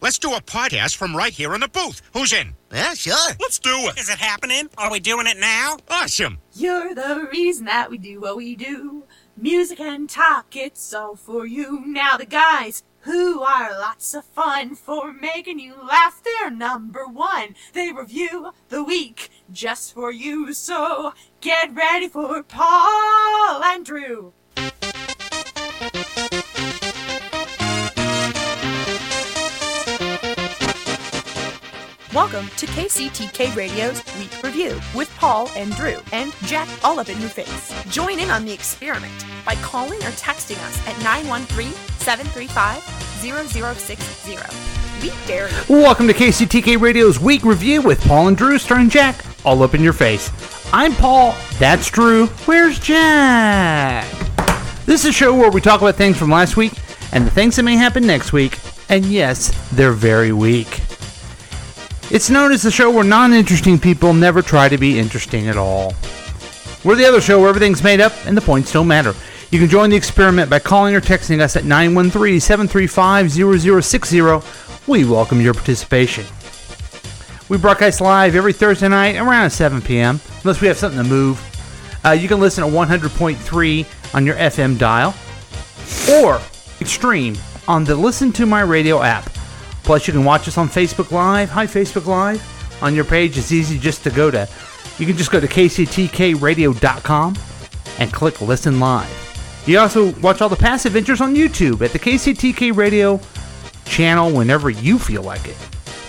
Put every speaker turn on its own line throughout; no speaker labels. Let's do a podcast from right here in the booth. Who's in?
Yeah, sure.
Let's do it.
Is it happening? Are we doing it now?
Awesome.
You're the reason that we do what we do. Music and talk, it's all for you. Now the guys who are lots of fun for making you laugh, they're number one. They review the week just for you. So get ready for Paul and Drew.
Welcome to KCTK Radio's Week Review with Paul and Drew and Jack all up in your face. Join in on the experiment by calling or texting us at 913-735-0060. We dare you.
Welcome to KCTK Radio's Week Review with Paul and Drew, starring Jack, all up in your face. I'm Paul, that's Drew, where's Jack? This is a show where we talk about things from last week and the things that may happen next week, and yes, they're very weak. It's known as the show where non interesting people never try to be interesting at all. We're the other show where everything's made up and the points don't matter. You can join the experiment by calling or texting us at 913 735 0060. We welcome your participation. We broadcast live every Thursday night around 7 p.m., unless we have something to move. Uh, you can listen at 100.3 on your FM dial or Extreme on the Listen to My Radio app. Plus, you can watch us on Facebook Live. Hi, Facebook Live. On your page, it's easy just to go to, you can just go to kctkradio.com and click Listen Live. You also watch all the past adventures on YouTube at the KCTK Radio channel whenever you feel like it.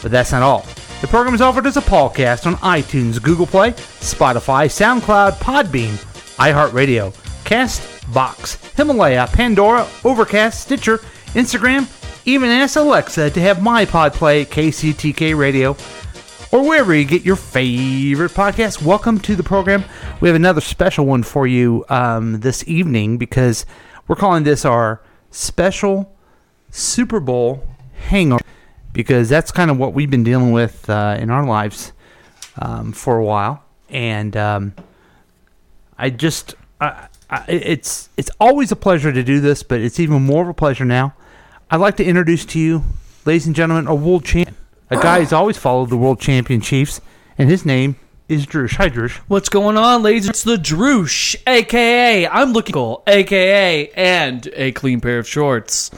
But that's not all. The program is offered as a podcast on iTunes, Google Play, Spotify, SoundCloud, Podbean, iHeartRadio, Castbox, Himalaya, Pandora, Overcast, Stitcher, Instagram, even ask Alexa to have my pod play at KCTK Radio or wherever you get your favorite podcast. Welcome to the program. We have another special one for you um, this evening because we're calling this our special Super Bowl hangover because that's kind of what we've been dealing with uh, in our lives um, for a while, and um, I just I, I, it's it's always a pleasure to do this, but it's even more of a pleasure now. I'd like to introduce to you, ladies and gentlemen, a world champ, a guy who's always followed the world champion Chiefs, and his name is Drush. Hi, Drush.
What's going on, ladies? It's the Droosh, aka I'm looking cool, aka and a clean pair of shorts.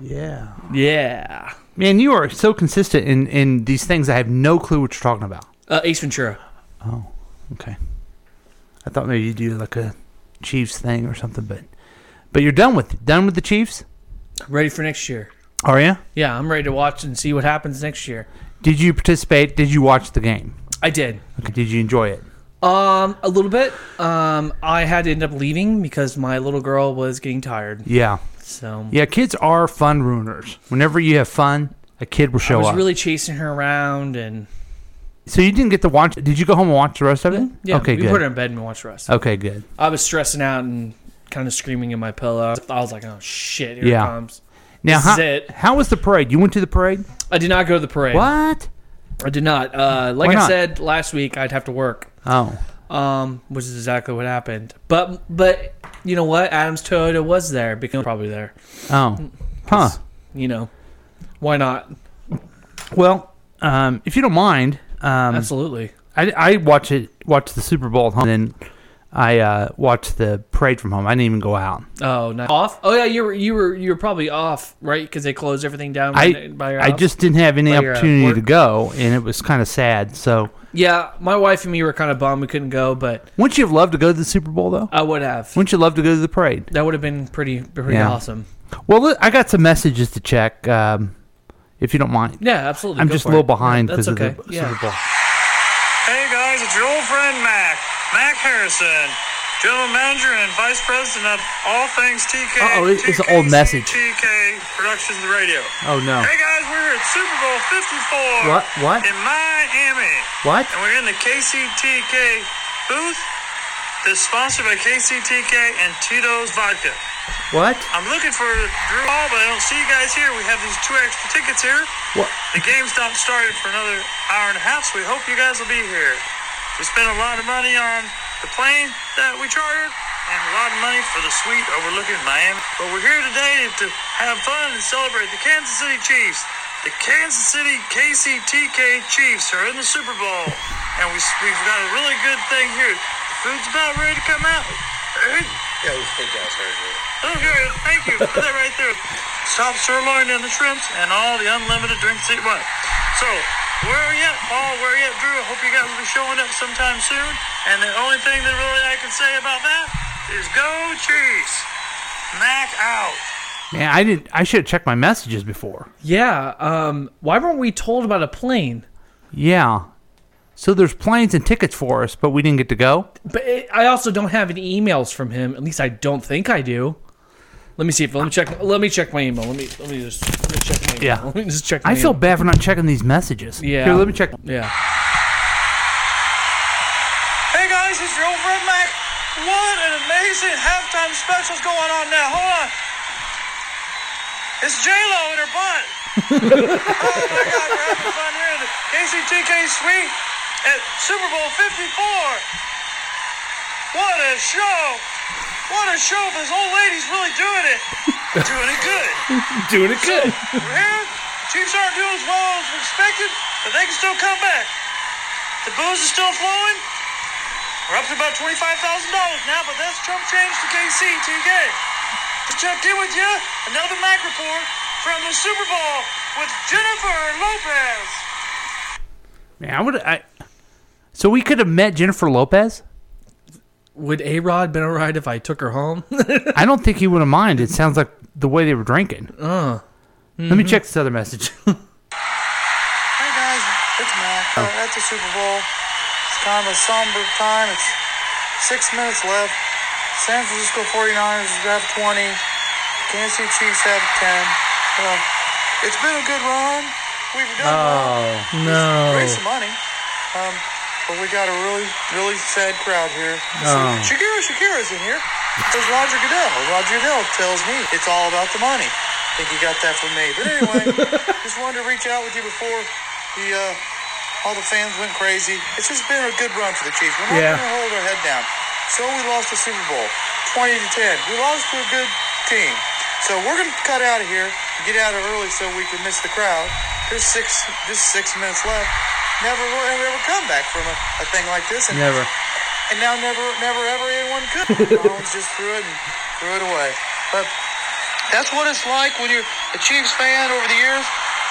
Yeah,
Yeah.
man, you are so consistent in in these things. I have no clue what you're talking about.
Uh, Ace Ventura.
Okay. I thought maybe you'd do like a Chiefs thing or something, but but you're done with done with the Chiefs,
Ready for next year.
are you?
Yeah, I'm ready to watch and see what happens next year.
Did you participate? Did you watch the game?
I did.
Okay, did you enjoy it?
Um, a little bit. Um, I had to end up leaving because my little girl was getting tired.
Yeah,
So
yeah. Kids are fun ruiners. Whenever you have fun, a kid will
I
show
was
up.
really chasing her around and
so you didn't get to watch. Did you go home and watch the rest of it?
yeah,
Okay.
we
good.
put her in Uh, bed and watched the rest.
okay. Good.
I was stressing out and kind of screaming in my pillow. I was like, oh shit, here
Yeah.
it comes.
Now,
This
how,
is it.
how was the parade? You went to the parade?
I did not go to the parade.
What?
I did not. Uh, like
Why
I
not?
said last week, I'd have to work,
Oh,
um, which is exactly what happened. But but you know what? Adams Toyota was there because probably there. Mm.
oh, huh.
You know, why not?
Well, um, if you don't mind, um,
Absolutely.
I, I watch it watch the Super Bowl at home, and then I uh, watch the parade from home. I didn't even go out.
Oh, not off. Oh yeah, you were you were you were probably off, right? Because they closed everything down.
I
when- your
I
house.
just didn't have any
By your, uh,
opportunity
work?
to go, and it was kind of sad. So,
yeah. My wife and me were kind of bummed we couldn't go, but
wouldn't you have loved to go to the Super Bowl though?
I would have.
Wouldn't you love to go to the parade?
That would have been pretty pretty
Yeah.
awesome.
Well, look, I got some messages to check, um, if you don't mind.
Yeah, absolutely.
I'm
Go
just a
for
little
it.
behind
That's
because
okay.
of the
yeah.
Super Bowl.
Hey guys, it's your old friend Mac, Mac Harrison, general manager and vice president of all things TK.
Uh-oh, it- it's an old message.
TK Productions Radio.
Oh no!
Hey guys, we're at Super Bowl 54
What? What?
in Miami,
What?
and we're in the KCTK booth. is sponsored by KCTK and Tito's Vodka.
What?
I'm looking for Drew Hall, but I don't see you guys here. We have these two extra tickets here.
What?
The game's not started for another hour and a half, so we hope you guys will be here. We spent a lot of money on the plane that we chartered and a lot of money for the suite overlooking Miami. But we're here today to have fun and celebrate the Kansas City Chiefs. The Kansas City KCTK Chiefs are in the Super Bowl, and we, we've got a really good thing here. The food's about ready to come out. Yeah, we think that's right here. Okay, thank you. Put that right there. Stop sirloin and the shrimps and all the unlimited drinks that you want. So, where are you at, Paul? Where are you at, Drew? I hope you guys will be showing up sometime soon. And the only thing that really I can say about that is go Chiefs. Mac out.
Man, I didn't. I should have checked my messages before.
Yeah. Um. Why weren't we told about a plane?
Yeah. So there's planes and tickets for us, but we didn't get to go.
But it, I also don't have any emails from him. At least I don't think I do. Let me see if let me check. Let me check my email. Let me let me just let me check my email.
Yeah.
Let me just check. My
I feel
email.
bad for not checking these messages.
Yeah.
Here, let me check.
Yeah.
Hey guys, it's your old friend Mac. What an amazing halftime special's going on now. Hold on. It's J Lo in her butt. oh my God, we're having fun here in the KCTK suite at Super Bowl 54. What a show! What a show! This old lady's really doing it. Doing it good.
Doing it good.
We're here. Chiefs aren't doing as well as we expected, but they can still come back. The booze is still flowing. We're up to about $25,000 now, but that's Trump change to KCTK. To check in with you, another Mac report from the Super Bowl with Jennifer Lopez.
Man, I would. I. So we could have met Jennifer Lopez.
Would A Rod been alright if I took her home?
I don't think he would have minded. It sounds like the way they were drinking. Uh. mm-hmm. Let me check this other message.
Hey guys, it's Mac. Uh, at the Super Bowl, it's kind of a somber time. It's six minutes left. San Francisco 49ers have 20. Kansas City Chiefs have 10. Uh, it's been a good run. We've done well.
Oh,
no.
raise some money. Um, but we got a really, really sad crowd here. Oh. Shakira Shakira's in here. There's Roger Goodell. Roger Goodell tells me it's all about the money. I think he got that from me. But anyway, just wanted to reach out with you before the uh, all the fans went crazy. It's just been a good run for the Chiefs. We're not
Yeah.
going to hold our head down. So we lost the Super Bowl, 20 to 10. We lost to a good team. So we're going to cut out of here, get out of early, so we can miss the crowd. There's six, just six minutes left. Never will ever, ever come back from a, a thing like this. And,
Never.
And now never, never, ever anyone could. Mahomes just threw it and threw it away. But that's what it's like when you're a Chiefs fan over the years.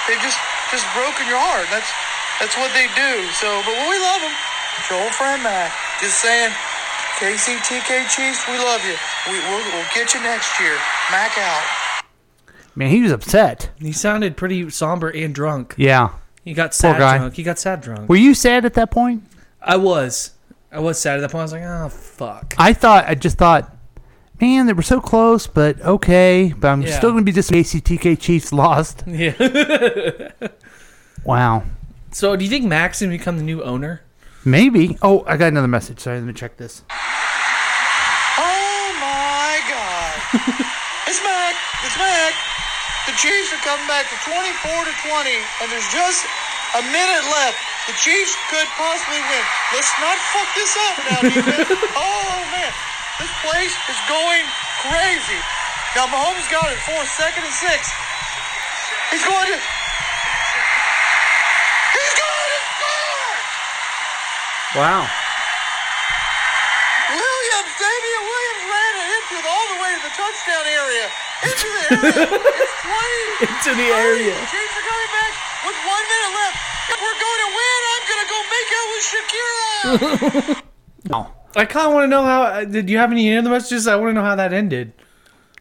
They've just just broken your heart. That's that's what they do. So, but we love them. Joel friend Mac, just saying, KCTK Chiefs, we love you. We, we'll, we'll get you next year. Mac out.
Man, he was upset.
He sounded pretty somber and drunk.
Yeah.
He got sad
guy.
drunk. He got sad drunk.
Were you sad at that point?
I was. I was sad at that point. I was like, oh fuck.
I thought. I just thought. Man, they were so close, but okay. But I'm
Yeah.
still going to be disappointed. ACTK Chiefs lost.
Yeah.
Wow.
so do you think Max can become the new owner?
Maybe. Oh, I got another message. Sorry, let me check this.
Oh my God! it's Mac. It's Mac. The Chiefs are coming back to 24 to 20, and there's just a minute left. The Chiefs could possibly win. Let's not fuck this up now, defense. oh man, this place is going crazy. Now Mahomes got it for second and six. He's going to. He's going to score!
Wow.
Williams, Damian Williams ran an infield all the way to the touchdown area. Into the area. it's 20.
Into the
Chiefs are coming back with one minute left. If we're going to win, I'm going to go make out with Shakira.
I kind of want to know how. uh, Did you have any other messages? I want to know how that ended.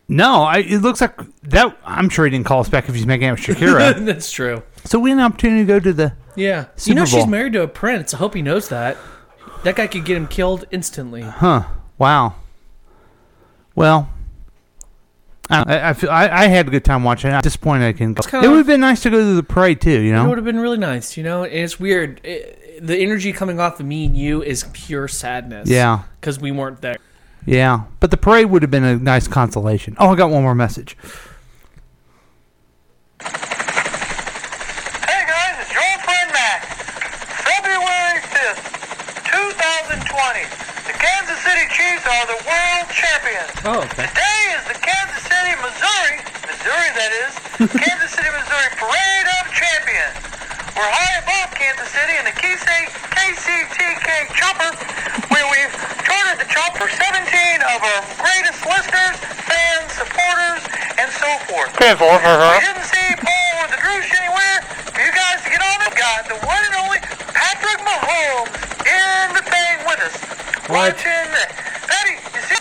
No, I, it looks like that. I'm sure he didn't call us back if he's making out with Shakira.
That's true.
so we had an opportunity to go to the.
Yeah. you
Super
know she's
Bowl.
married to a prince. I hope he knows that. That guy could get him killed instantly.
Huh. Wow. Well, I, I, I feel- I, I had a good time watching. it. I'm disappointed I can go. It
kinda-
would have been nice to go to the parade too. You
It
know.
would have been really nice, you know. And it's weird. It, the energy coming off of me and you is pure sadness.
Yeah.
because we weren't there.
Yeah, but the parade would have been a nice consolation. Oh, I got one more message.
Hey guys, it's your friend Mac. February 5th, 2020. The Kansas City Chiefs are the world champions.
Oh, okay.
Today is the Kansas City, Missouri, Missouri that is, Kansas City, Missouri Parade of Champions. We're high above Kansas City in the Kisei KCTK Chopper, where we've charted the chopper for 17 of our greatest listeners, fans, supporters, and so forth. We didn't see Paul with the Droosh anywhere. For you guys to get on it, got the one and only Patrick Mahomes in the thing with us.
What?
Watching that. Patty, you see?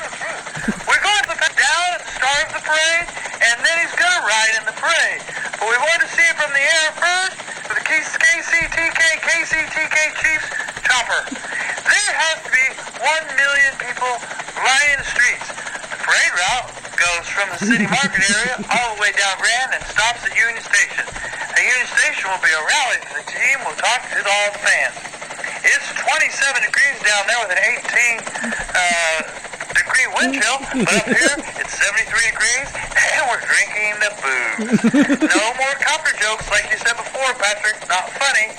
We're going to put down at the start of the parade, and then he's going to ride in the parade. But we wanted to see it from the air first for the KCTK, KCTK Chiefs chopper. There has to be one million people lining the streets. The parade route goes from the city market area all the way down Grand and stops at Union Station. At Union Station will be a rally for the team. We'll talk to all the fans. It's 27 degrees down there with an 18 uh, degree wind chill, but up here it's 73 degrees and we're drinking the booze. No more copper jokes like you said before, Patrick. Not funny.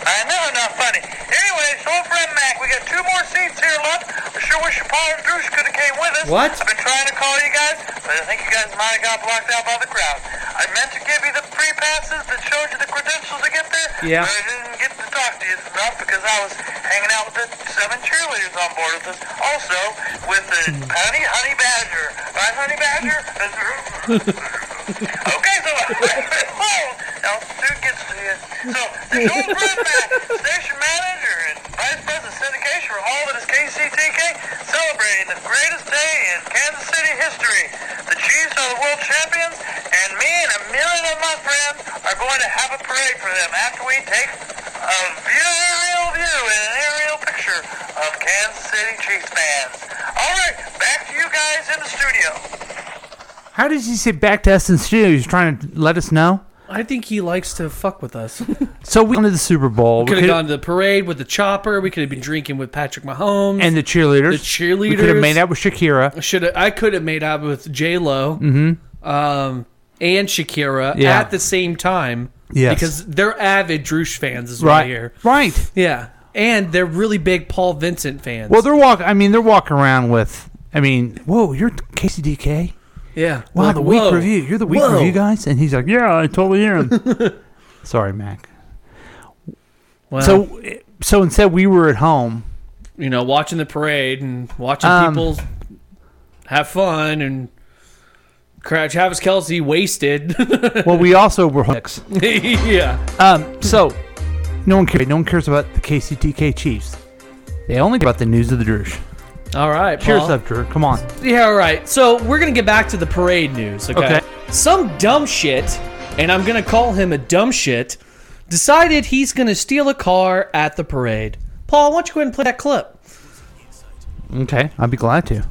I know, not funny. Anyway, it's old friend Mac. We got two more seats here left. I sure wish Paul and Bruce could have came with us.
What?
I've been trying to call you guys, but I think you guys might have got blocked out by the crowd. I meant to give you the free passes that showed you the credentials to get there,
Yeah.
but I didn't get to talk to you enough because I was hanging out with the seven cheerleaders on board with us. Also, with the
Hmm.
honey, honey badger. Right, honey badger? okay, so now soon gets to you. So, the show Brad Mack, station manager and vice president of syndication for all that is KCTK, celebrating the greatest day in Kansas City history. The Chiefs are the world champions, and me and a million of my friends are going to have a parade for them after we take a view, aerial view and an aerial picture of Kansas City Chiefs fans. All right, back to you guys in the studio.
How does he sit back to us in the studio? He's trying to let us know.
I think he likes to fuck with us. we
So we went to the Super Bowl.
could
We
have
could-
gone to the parade with the chopper. We could have been drinking with Patrick Mahomes.
and the cheerleaders.
The
We could have
cheerleaders.
made out with Shakira.
should I could have made out with J Lo um, and Shakira
Mm-hmm. Yeah.
at the same time.
Yes.
because they're avid Droosh fans, is what I
Right.
hear.
Right.
Yeah, and they're really big Paul Vincent fans.
Well, they're walk. I mean, they're walking around with. I mean, whoa, you're KCDK.
yeah.
Wow,
Like,
the week
whoa.
review. You're the week
Whoa.
review guys, and he's like, yeah, I totally am. Sorry, Mac.
Well,
So, so instead, we were at home.
you know, watching the parade and watching
Um,
people have fun and cra- Travis Kelsey wasted.
Well, we also were home.
yeah.
Um, so no one cares. No one cares about the KCTK Chiefs. They only care about the news of the Druze.
All right.
Cheers
Paul.
up, Drew. Come on.
Yeah, all right. So we're gonna get back to the parade news. Okay.
Okay.
Some dumb shit, and I'm gonna call him a dumb shit, decided he's gonna steal a car at the parade. Paul, why don't you go ahead and play that clip?
Okay, I'd be glad to.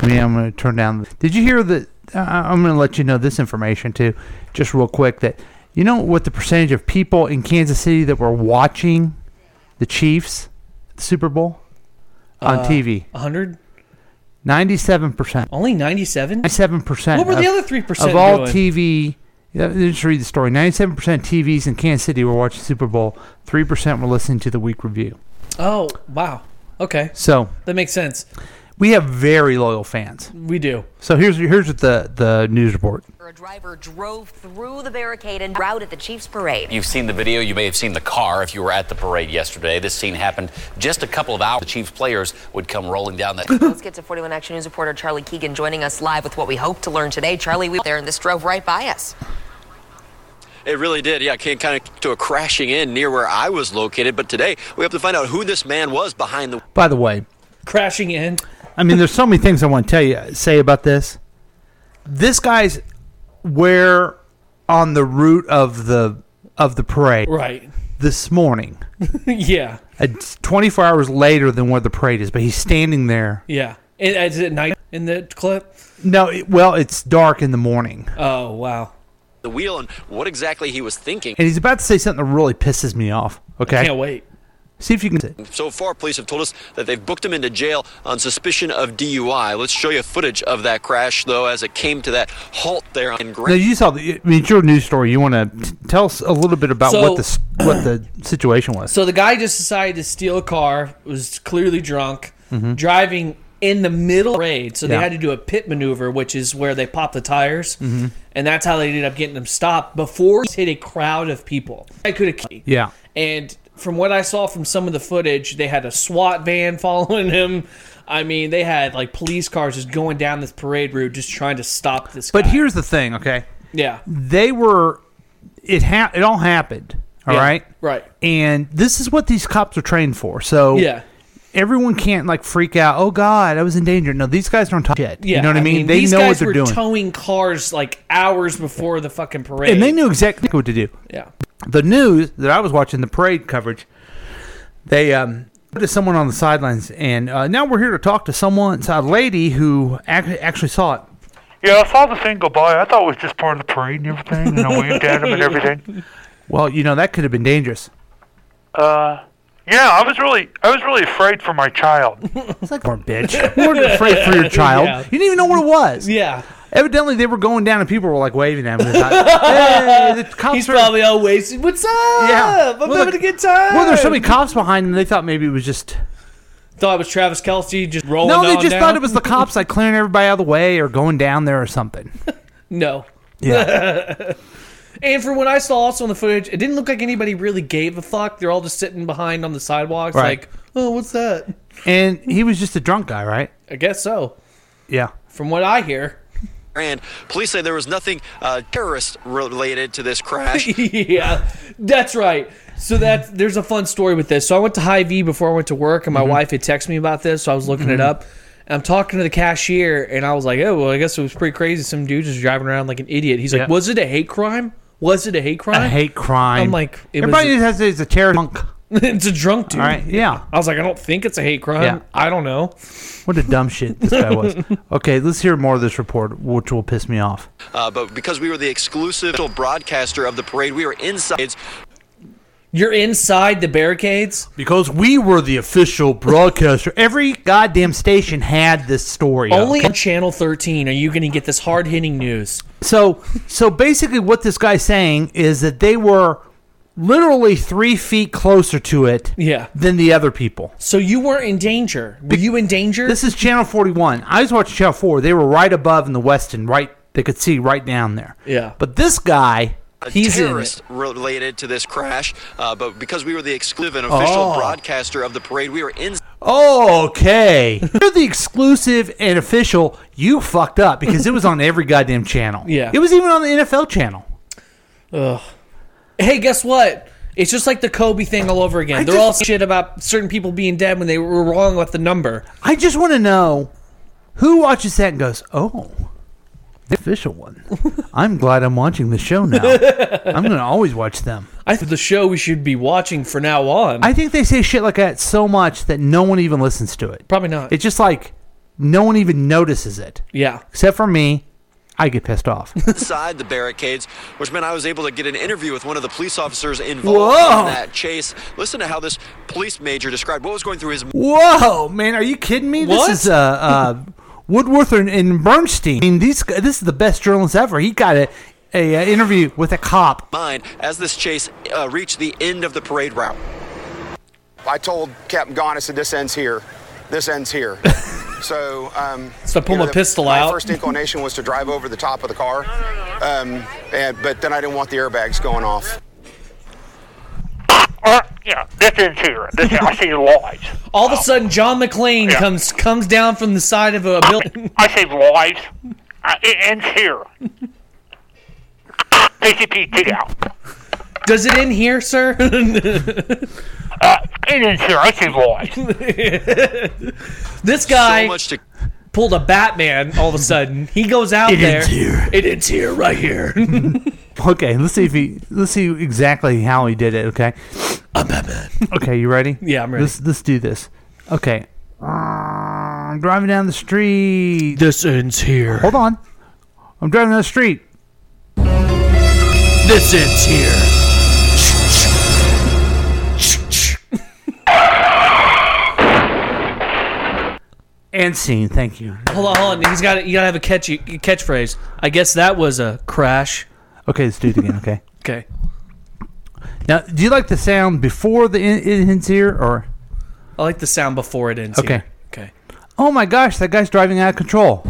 I mean, I'm going to turn down. Did you hear that? I- I'm going to let you know this information too, just real quick. That you know what the percentage of people in Kansas City that were watching the Chiefs Super Bowl on
Uh,
TV?
100?
Ninety-seven percent.
Only 97?
Ninety-seven percent.
What were the other 3%
of all
doing?
TV? yeah, Just read the story. Ninety-seven percent TVs in Kansas City were watching Super Bowl. Three percent were listening to the week review.
Oh, wow. Okay.
So
That makes sense.
we have very loyal fans.
We do.
So here's here's what the the news report.
A driver drove through the barricade and routed the Chiefs parade.
You've seen the video. You may have seen the car if you were at the parade yesterday. This scene happened just a couple of hours. The Chiefs players would come rolling down that.
Let's get to 41 Action News reporter Charlie Keegan joining us live with what we hope to learn today. Charlie, we were there and this drove right by us.
It really did. Yeah, came kind of to a crashing in near where I was located. But today we have to find out who this man was behind the
By the way,
Crashing in.
I mean, there's so many things I want to tell you say about this. This guy's where on the route of the of the parade
Right.
this morning.
yeah.
It's 24 hours later than where the parade is, but he's standing there.
Yeah. And, is it night in the clip?
No, it, well, it's dark in the morning.
Oh, wow.
the wheel and what exactly he was thinking.
And he's about to say something that really pisses me off. Okay.
can't wait.
See if you can.
So far, police have told us that they've booked him into jail on suspicion of DUI. Let's show you footage of that crash, though, as it came to that halt there on
Now
Grand.
you saw. The, I mean, it's your news story. You want to tell us a little bit about
So-
what the s- what the situation was.
So the guy just decided to steal a car, was clearly drunk,
Mhm.
driving in the middle of the raid. So
Yeah.
they had to do a pit maneuver, which is where they pop the tires.
Mhm.
And that's how they ended up getting him stopped before he hit a crowd of people. I could have.
Yeah.
And from what I saw from some of the footage, they had a SWAT van following him. I mean, they had like police cars just going down this parade route, just trying to stop this.
But here's the thing. Okay.
Yeah.
They were. It ha- It all happened. All
Yeah,
right.
right.
And this is what these cops are trained for. So
Yeah.
Everyone can't like freak out. Oh God, I was in danger. No, these guys don't talk shit.
Yeah,
you know what I mean. they
these
know
guys
what they're
were
doing,
Towing cars like hours before the fucking parade,
and they knew exactly what to do.
Yeah.
The news that I was watching the parade coverage, they um put someone on the sidelines, and uh, now we're here to talk to someone, it's a lady who ac- actually saw it.
Yeah, I saw the thing go by. I thought it was just part of the parade and everything, and I waved at him and everything.
Well, you know that could have been dangerous.
Uh, yeah, I was really, I was really afraid for my child.
It's like, poor bitch. You weren't afraid for your child.
Yeah.
You didn't even know what it was.
Yeah.
Evidently, they were going down, and people were like waving at him. They thought, "Hey, the cops
He's
are-"
probably all wasted. What's up?
Yeah.
I'm having a good time.
Well, there's so many cops behind him. They thought maybe it was just.
Thought it was Travis Kelsey just rolling.
no, they
on
just
down.
thought it was the cops like clearing everybody out of the way or going down there or something.
No.
Yeah.
and from what I saw also in the footage, it didn't look like anybody really gave a fuck. They're all just sitting behind on the sidewalks,
Right.
like, oh, what's that?
And he was just a drunk guy, right?
I guess so.
Yeah.
From what I hear.
Grand. Police say there was nothing uh, terrorist related to this crash.
yeah, that's right. So that there's a fun story with this. So I went to High V before I went to work, and my
Mhm.
wife had texted me about this, so I was looking it
Mhm.
up. And I'm talking to the cashier, and I was like, "Oh, well, I guess it was pretty crazy. Some dude just driving around like an idiot." He's
Yeah.
like, "Was it a hate crime? Was it a hate crime?
A hate crime.
I'm like, it was-
everybody has it's a terror monk.
it's a drunk dude.
All right, yeah.
I was like, I don't think it's a hate crime.
Yeah.
I don't know.
What a dumb shit this guy was. Okay, let's hear more of this report, which will piss me off.
Uh, but because we were the exclusive broadcaster of the parade, we were inside.
You're inside the barricades
because we were the official broadcaster. Every goddamn station had this story.
Only
okay?
on Channel 13 are you going to get this hard hitting news.
So, so basically, what this guy's saying is that they were literally three feet closer to it
Yeah.
than the other people.
So you weren't in danger. Were you in danger?
This is Channel 41. I was watching Channel 4. They were right above in the Weston, right? They could see right down there.
Yeah.
But this guy,
a
he's in it.
terrorist related to this crash, uh, but because we were the exclusive and official
Oh.
broadcaster of the parade, we were inside.
Okay. You're the exclusive and official. You fucked up because it was on every goddamn channel.
Yeah.
It was even on the NFL channel.
Ugh. Hey, guess what? It's just like the Kobe thing all over again. They're all shit about certain people being dead when they were wrong with the number.
I just want to know who watches that and goes, oh, the official one. I'm glad I'm watching the show now. I'm going to always watch them.
I think the show we should be watching for now on.
I think they say shit like that so much that no one even listens to it.
Probably not.
It's just like no one even notices it.
Yeah.
Except for me. I get pissed off.
inside the barricades, which meant I was able to get an interview with one of the police officers involved
Whoa.
in that chase. Listen to how this police major described what was going through his
Whoa, man, are you kidding me?
What?
This is uh, uh, Woodworth and, and Bernstein. I mean, these gu- this is the best journalist ever. He got a, a, uh interview with a cop.
mind as this chase uh, reached the end of the parade route.
I told Captain Gone, I said, this ends here. This ends here. so, um,
So I pulled my
the-
pistol
my
out.
first inclination was to drive over the top of the car, um, and, but then I didn't want the airbags going off.
Uh, yeah, this is here. This I see lies.
All of a sudden, John McClane comes comes down from the side of a building.
I save lives. Uh, it ends here. PCP, dig out.
Does it end here, sir?
It ends here. I save lives.
this guy pulled a Batman. All of a sudden, he goes out
It
there.
ends here.
It ends here, right here.
Okay, let's see if he let's see exactly how he did it. Okay, I'm Batman. Okay, you ready?
Yeah, I'm ready.
Let's let's do this. Okay, Uh, I'm driving down the street.
This ends here.
Hold on, I'm driving down the street. This ends here. And scene. Thank you.
Hold on, hold on. He's got. You gotta have a catchy catchphrase. I guess that was a crash.
Okay, let's do it again. Okay.
Okay.
Now, do you like the sound before the in- it ends here, or?
I like the sound before it ends.
Okay.
here. Okay.
Oh my gosh, that guy's driving out of control.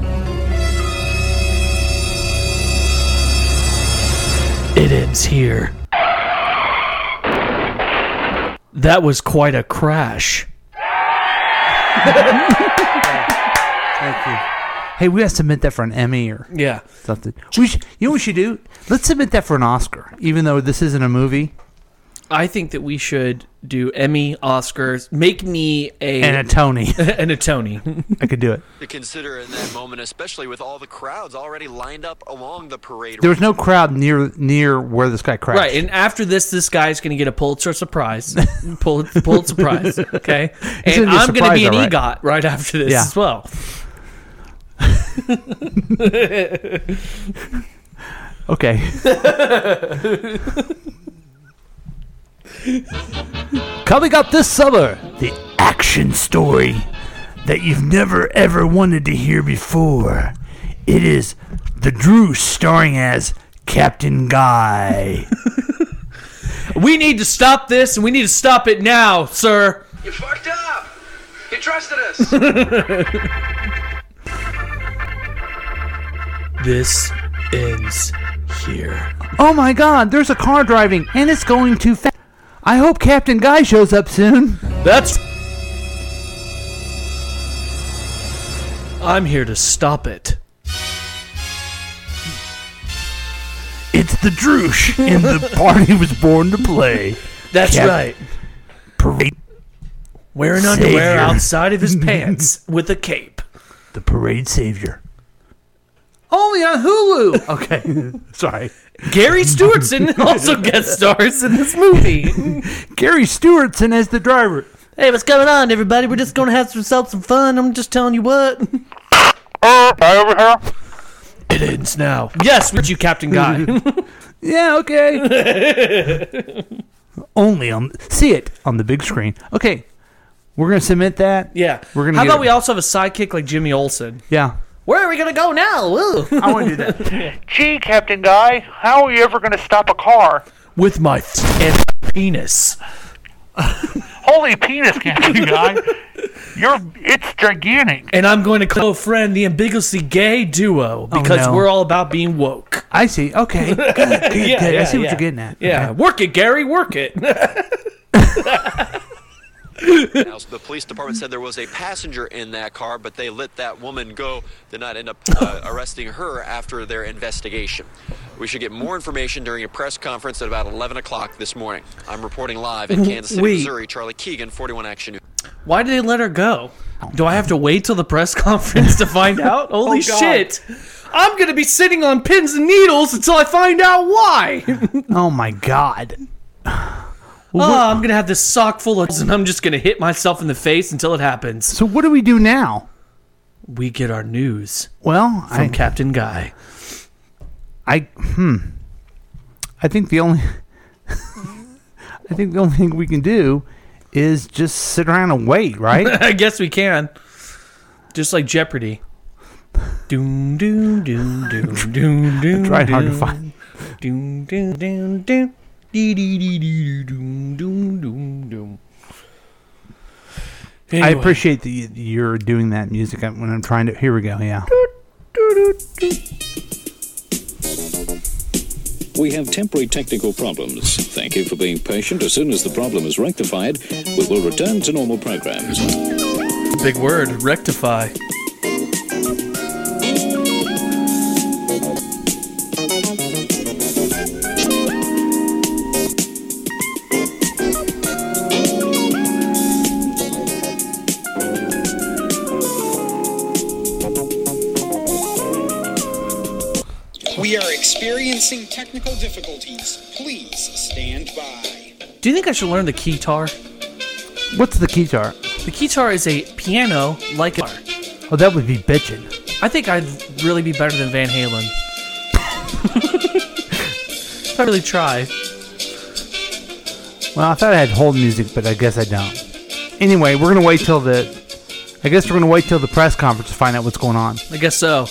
It ends here. That was quite a crash.
Thank you. Hey, we gotta submit that for an Emmy or
yeah
something. We sh- you know what we should do? Let's submit that for an Oscar, even though this isn't a movie.
I think that we should do Emmy, Oscars. Make me a
And a Tony.
and a Tony.
I could do it.
to consider in that moment, especially with all the crowds already lined up along the parade.
There was no crowd near near where this guy crashed.
Right, and after this, this guy's going to get a Pulitzer surprise, Pul- Pulitzer prize. Okay,
It's
and
gonna be a
I'm going to be an
surprise, all
EGOT right after this
Yeah.
as well.
Okay. Coming up this summer, the action story that you've never ever wanted to hear before. It is The Drew starring as Captain Guy.
We need to stop this, and we need to stop it now, sir.
You fucked up. You trusted us.
this ends here.
oh my god, there's a car driving and it's going too fast. I hope Captain Guy shows up soon.
That's. I'm here to stop it.
It's the Droosh and the part he was born to play.
That's
Cap-
right.
Parade
Wearing
Savior.
underwear outside of his pants with a cape.
The parade savior.
Only on Hulu.
Okay. Sorry.
Gary Stewartson also guest stars in this movie.
Gary Stewartson as the driver.
Hey, what's going on, everybody? We're just gonna have ourselves some fun. I'm just telling you what.
Uh,
It ends now. Yes, with you, Captain Guy.
yeah, okay. Only on see it on the big screen. Okay. We're gonna submit that.
yeah.
We're gonna
How
get
about
it.
we also have a sidekick like Jimmy Olsen?
Yeah.
Where are we gonna go now? I
want to do that.
Gee, Captain Guy, how are you ever going to stop a car?
With my f- penis.
Holy penis, Captain Guy. You're, it's gigantic.
And I'm going to call a friend the ambiguously gay duo because
Oh, no.
we're all about being woke.
I see. Okay. Good, good,
Yeah,
good. I
yeah,
see what
yeah.
you're getting at.
Yeah, work it, Gary, work it.
Now, the police department said there was a passenger in that car, but they let that woman go. Did not end up uh, arresting her after their investigation. We should get more information during a press conference at about 11 o'clock this morning. I'm reporting live in Kansas City,
Wait.
Missouri. Charlie Keegan, 41 Action News.
Why did they let her go? Do I have to wait till the press conference to find out? Holy
Oh, God.
shit. I'm going to be sitting on pins and needles until I find out why.
Oh my god.
oh, I'm going to have this sock full of and I'm just going to hit myself in the face until it happens. So
what do we do now?
We get our news
Well,
from
I-
Captain Guy.
I hmm. I think the only I think the only thing we can do is just sit around and wait, right?
I guess we can. Just like Jeopardy. Doom doom doom doom doom doom.
tried hard to
doom.
find-
Doom doom doom doom. Dee dee dee dee dee doom doom doom doom.
I
Anyway.
appreciate that you- you're doing that music when I'm trying to. Here we go. Yeah.
We have temporary technical problems. Thank you for being patient. As soon as the problem is rectified, we will return to normal programs.
Big word, rectify.
We are experiencing technical difficulties. Please stand by.
Do you think I should learn the keytar?
What's the guitar?
The keytar is a piano like a.
Oh, that would be bitchin'.
I think I'd really be better than Van Halen. if I really try.
Well, I thought I had hold music, but I guess I don't. Anyway, we're gonna wait till the. I guess we're gonna wait till the press conference to find out what's going on.
I guess so.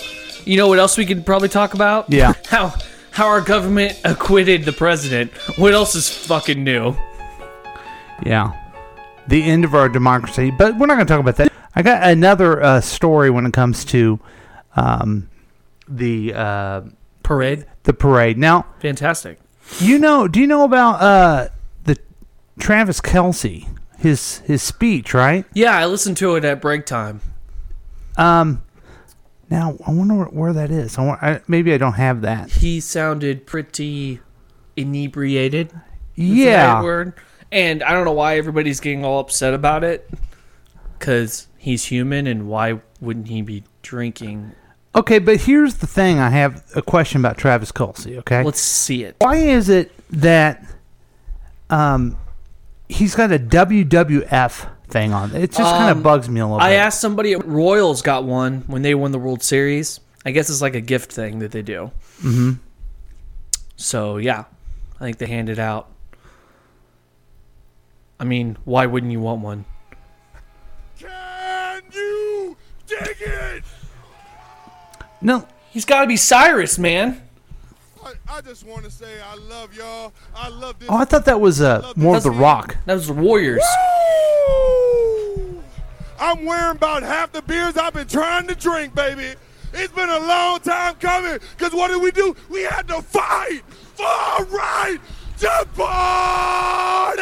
You know what else we could probably talk about?
Yeah.
How how our government acquitted the president. What else is fucking new?
Yeah. The end of our democracy, but we're not gonna talk about that. I got another uh, story when it comes to um, the uh,
parade.
The parade. Now,
Fantastic.
you know, do you know about uh, the Travis Kelsey his his speech, right?
Yeah, I listened to it at break time.
Um, now I wonder where, where that is. I, want, I maybe I don't have that.
He sounded pretty inebriated. is the
Yeah.
right word. And I don't know why everybody's getting all upset about it. Cause he's human, and why wouldn't he be drinking?
Okay, but here's the thing. I have a question about Travis Kelsey. Okay,
Let's see it.
Why is it that um he's got a WWF thing on? It just kind
Um,
of bugs me a little
I
bit.
asked somebody. Royals got one when they won the World Series. I guess it's like a gift thing that they do.
hmm
So yeah, I think they hand it out. I mean, why wouldn't you want one?
No,
he's got to be Cyrus, man.
Oh, I thought that was uh, more of the Rock.
That was the Warriors.
I'm wearing about half the beers I've been trying to drink, baby. It's been a long time coming. Cause what did we do? We had to fight for our right to party.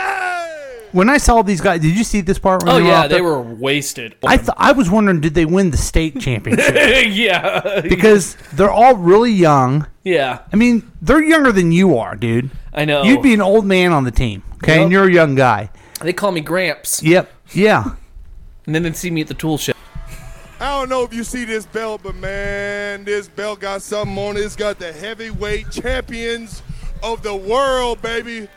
When I saw these guys, did you see this part? when
Oh
they were
yeah,
out
they
there?
were wasted.
I th- I was wondering, did they win the state championship?
yeah,
because they're all really young.
yeah,
I mean, they're younger than you are, dude.
I know.
You'd be an old man on the team, okay?
Yep.
And you're a young guy.
they call me Gramps,
Yep. Yeah.
and then they see me at the tool shed.
I don't know if you see this belt, but man, this belt got something on it. It's got the heavyweight champions of the world, baby.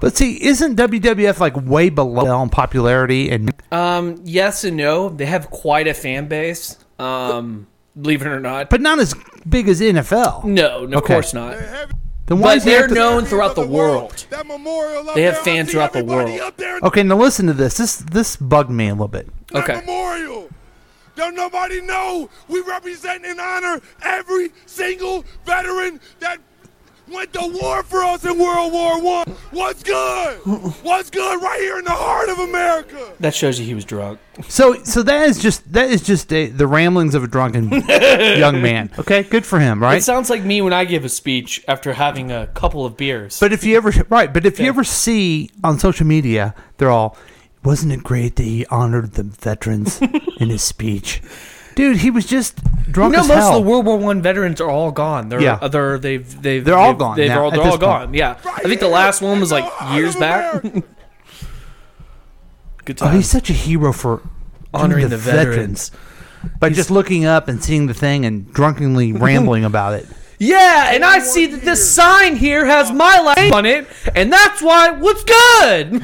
But see, isn't WWF like way below on popularity? And
Um, yes and no. They have quite a fan base. Um, believe it or not,
but not as big as NFL.
No, no, of
Okay.
course not.
Then why
but
is they
they're
have to-
known throughout the world. They have fans throughout the world.
Okay, now listen to this. This this bugged me a little bit.
Okay.
Memorial. Don't nobody know we represent and honor every single veteran that went to war for us in World War One. What's good? What's good right here in the heart of America?
That shows you he was drunk.
So so that is just that is just a, the ramblings of a drunken young man. Okay, good for him, right?
It sounds like me when I give a speech after having a couple of beers.
But if you ever right, but if you ever see on social media, they're all, wasn't it great that he honored the veterans in his speech? Dude, he was just drunk
you know,
as
most
hell.
of the World War One veterans are all gone. They're,
Yeah.
they're they've they've
They're all
they've-
gone
They've
now,
all,
at
they're
this
all gone. Yeah, I think the last one was like years back. Good
oh,
time.
he's such a hero for
Honoring the
veterans. By just looking up and seeing the thing and drunkenly rambling about it.
yeah, and I see that this sign here has my life on it, and that's why what's good.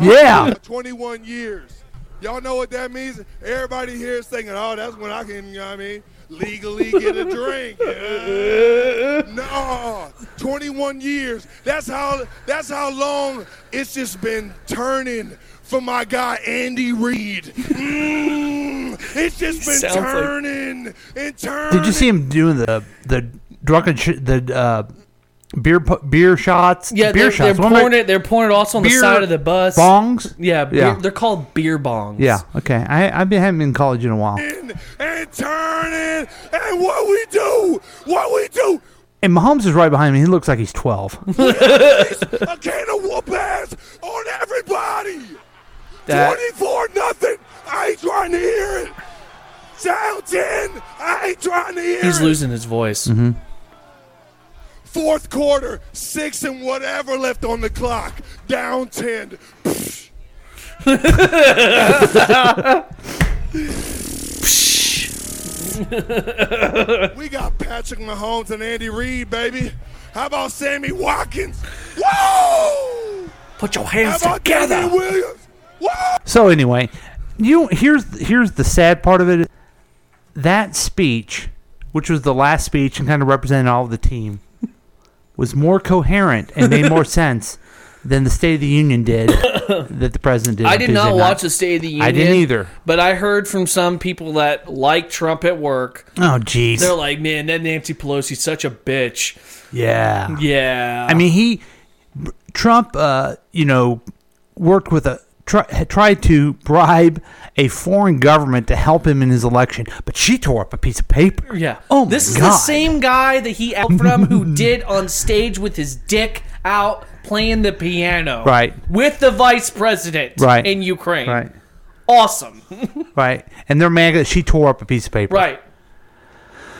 Yeah.
21 years. Y'all know what that means? Everybody here is thinking, oh, that's when I can, you know what I mean, legally get a drink. Yeah. no, 21 years. That's how that's how long it's just been turning for my guy Andy Reid. Mm, it's just been
Sounds like-
turning and turning.
Did you see him doing the the drunken sh- the uh, beer pu- beer shots?
Yeah, they're, they're
beer shots. What am I-
pouring it. They're pouring it also on the
Beer
side of the bus.
bongs?
Yeah, beer,
Yeah.
they're called beer bongs.
yeah. Okay. I I've been haven't been in college in a while.
and turning and what we do? What we do?
And Mahomes is right behind me. He looks like he's twelve.
a can of whoop ass on everybody.
That-
24 nothing. I ain't trying to hear it. Down 10. I ain't trying to hear
He's
it.
losing his voice.
Mm-hmm.
Fourth quarter, six and whatever left on the clock. Down 10. we got Patrick Mahomes and Andy Reid, baby. How about Sammy Watkins? Whoa!
Put your
hands How about together. Williams?
So anyway, you here's here's the sad part of it. That speech, which was the last speech and kind of represented all of the team, was more coherent and made more sense than the State of the Union did that the president did.
I
on
did
Tuesday
not
night.
watch the State of the Union.
I didn't either.
But I heard from some people that like Trump at work.
Oh, jeez.
They're like, man, that Nancy Pelosi's such a bitch.
Yeah.
Yeah.
I mean, he Trump, uh, you know, worked with a try, had tried to bribe a foreign government to help him in his election, but she tore up a piece of paper.
Yeah.
Oh my
this is
God.
the same guy that he out from who did on stage with his dick out playing the piano.
Right.
With the vice president
Right.
in Ukraine.
Right.
Awesome.
Right. And they're mad that she tore up a piece of paper.
right.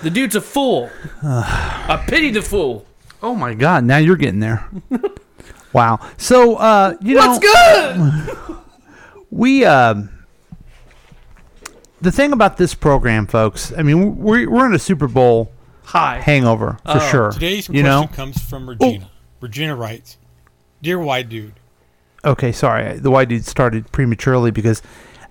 The dude's a fool. I pity the fool.
Oh my God! Now you're getting there. wow. So uh, you know
What's good?
we um the thing about this program, folks. I mean, we're we're in a Super Bowl
Hi.
hangover for
Oh.
sure.
Today's
you
question
know.
comes from Regina.
Oh.
Regina writes, "Dear white dude,
Okay, sorry. The white dude started prematurely because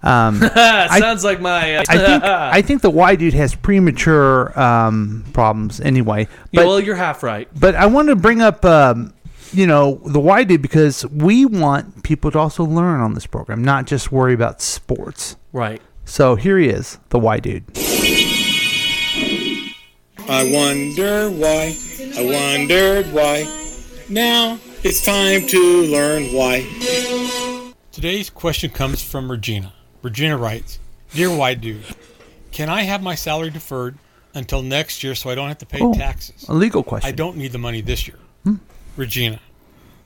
um, I-
Sounds like my. Uh,
I think I think the Y dude has premature um, problems anyway.
Yeah,
But
well, you're half right.
but I wanted to bring up um, you know the Y dude because we want people to also learn on this program, not just worry about sports.
Right.
So here he is, the Y dude.
I wonder why, I wondered why. Now it's time to learn why." Today's question comes from Regina. Regina writes, "Dear white dude, can I have my salary deferred until next year so I don't have to pay
Oh,
taxes?
a legal question.
I don't need the money this year."
Hmm.
Regina,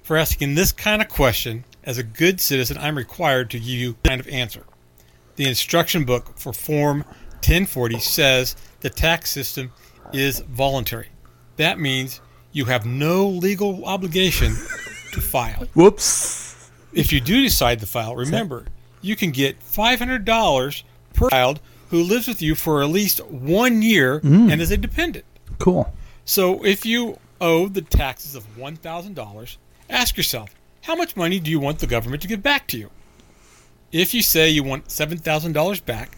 for asking this kind of question, as a good citizen, I'm required to give you this kind of answer. The instruction book for Form 1040 says the tax system is voluntary. That means you have no legal obligation to file.
Whoops.
If you do decide to file, remember, you can get $500 per child who lives with you for at least one year
Mm.
and is a dependent.
Cool.
So if you owe the taxes of $1,000, ask yourself, how much money do you want the government to give back to you? If you say you want $7,000 back,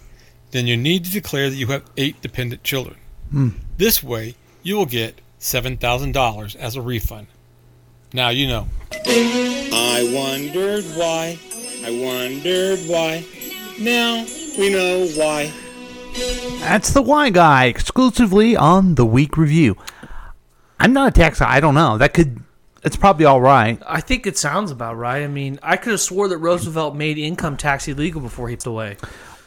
then you need to declare that you have eight dependent children.
Hmm.
This way, you will get $7,000 as a refund. Now you know. I wondered why. I wondered why. Now we know why.
That's the Y guy exclusively on the Week Review. I'm not a tax guy. I don't know. That could. It's probably all right.
I think it sounds about right. I mean, I could have swore that Roosevelt made income tax illegal before he passed away.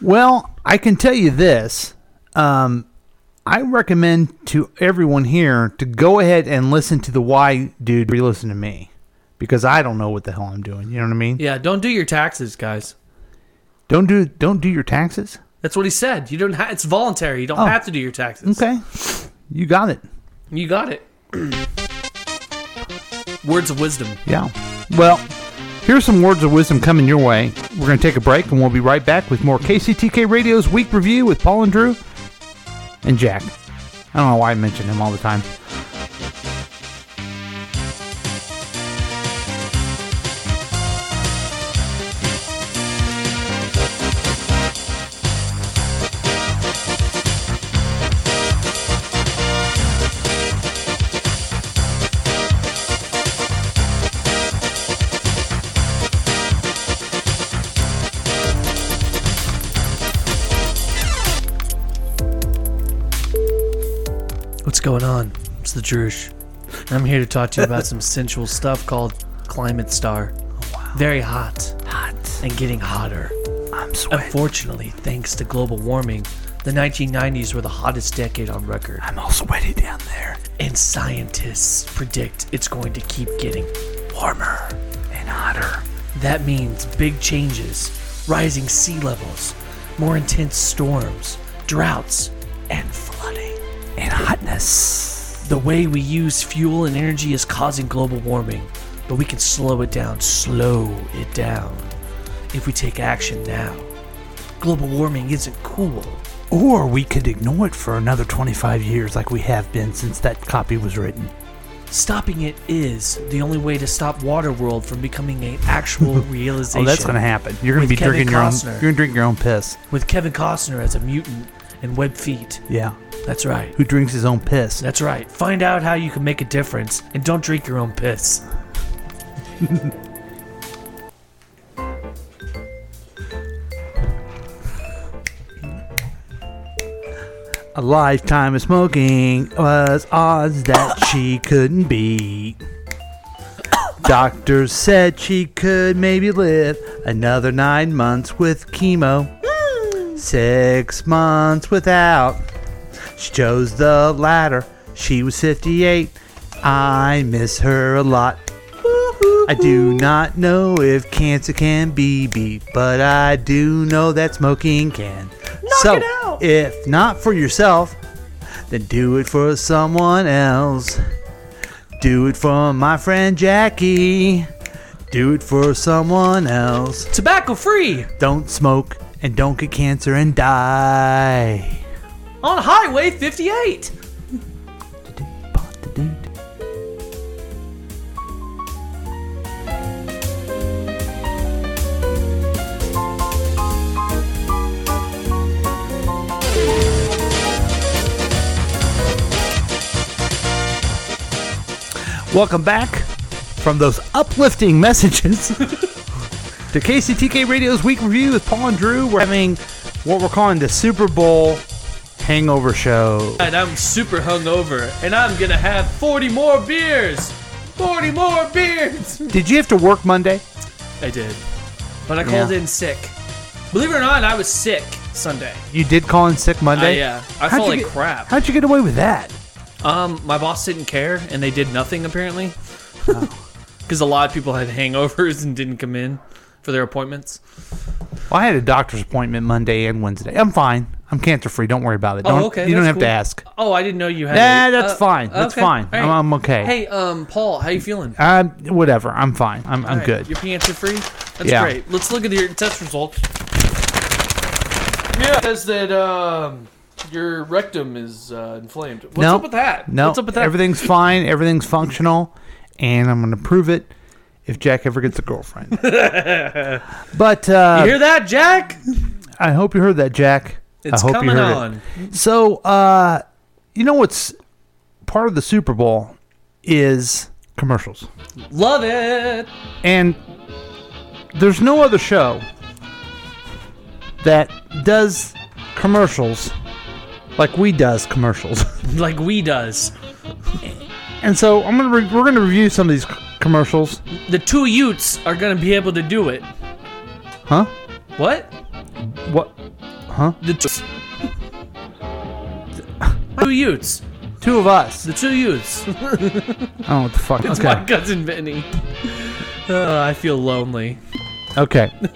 Well, I can tell you this. Um, I recommend to everyone here to go ahead and listen to the why dude re listen to me because I don't know what the hell I'm doing. You know what I mean?
Yeah, don't do your taxes, guys.
Don't do don't do your taxes.
That's what he said. You don't. Ha- it's voluntary. You don't
Oh.
have to do your taxes.
Okay. You got it.
You got it. Words of wisdom.
Yeah. Well, here's some words of wisdom coming your way. We're going to take a break and we'll be right back with more KCTK Radio's week review with Paul and Drew and Jack. I don't know why I mention him all the time.
What's going on? It's the Drush. I'm here to talk to you about some sensual stuff called Climate Star. Very hot. Hot. And getting hotter. I'm sweating. Unfortunately, thanks to global warming, the 1990s were the hottest decade on record. I'm all sweaty down there. And scientists predict it's going to keep getting warmer and hotter. That means big changes, rising sea levels, more intense storms, droughts, and flooding and hotness. The way we use fuel and energy is causing global warming, but we can slow it down, slow it down, if we take action now. Global warming isn't cool.
Or we could ignore it for another 25 years like we have been since that copy was written.
Stopping it is the only way to stop Waterworld from becoming an actual realization.
Oh, that's going to happen. You're going
with
to be
Kevin
drinking your own
Costner.
you're going to drink your own piss.
with Kevin Costner as a mutant and web feet.
Yeah.
That's right.
Who drinks his own piss.
That's right. Find out how you can make a difference and don't drink your own piss.
A lifetime of smoking was odds that she couldn't beat. Doctors said she could maybe live another nine months with chemo, six months without. She chose the latter. She was 58. I miss her a lot. I do not know if cancer can be beat, but I do know that smoking can. so, if not for yourself, then do it for someone else. Do it for my friend Jackie. Do it for someone else.
Tobacco free.
Don't smoke and don't get cancer and die.
On Highway 58.
Welcome back from those uplifting messages to KCTK Radio's Week Review with Paul and Drew. We're having what we're calling the Super Bowl Hangover Show.
And I'm super hungover, and I'm gonna have 40 more beers. 40 more beers.
Did you have to work Monday?
I did. But I called
Yeah.
in sick. Believe it or not, I was sick Sunday.
You did call in sick Monday?
I, uh, I
How'd
felt
you
like
get-
crap.
How'd you get away with that?
Um, my boss didn't care, and they did nothing apparently, because a lot of people had hangovers and didn't come in for their appointments.
Well, I had a doctor's appointment Monday and Wednesday. I'm fine. I'm cancer free. Don't worry about it. Don't,
oh, okay.
You don't
that's
have to
cool.
ask.
Oh, I didn't know you had.
Nah,
a-
that's
uh,
fine. That's
okay.
fine.
All
I'm- I'm okay.
Hey, um, Paul, how you feeling?
Um, whatever. I'm fine. I'm,
All
I'm
right,
good.
You're cancer free. That's
Yeah.
great. Let's look at your test results. Yeah, it says that um, your rectum is uh, inflamed. What's
no,
up with that?
No,
What's up with that?
Everything's fine. Everything's functional, and I'm going to prove it if Jack ever gets a girlfriend. But uh,
you hear that, Jack?
I hope you heard that, Jack.
It's
I hope
coming
you heard
on.
It. So, uh, you know what's part of the Super Bowl is commercials,
Love it.
and there's no other show that does commercials like we does commercials.
Like we does.
And so I'm gonna re- we're gonna review some of these c- commercials,
The two Utes are gonna be able to do it.
huh?
What?
What? Huh?
The two. two Utes.
Two of us.
The two Utes. it's
Oh, what the fuck? okay.
my cousin Vinny. Uh, I feel lonely.
Okay.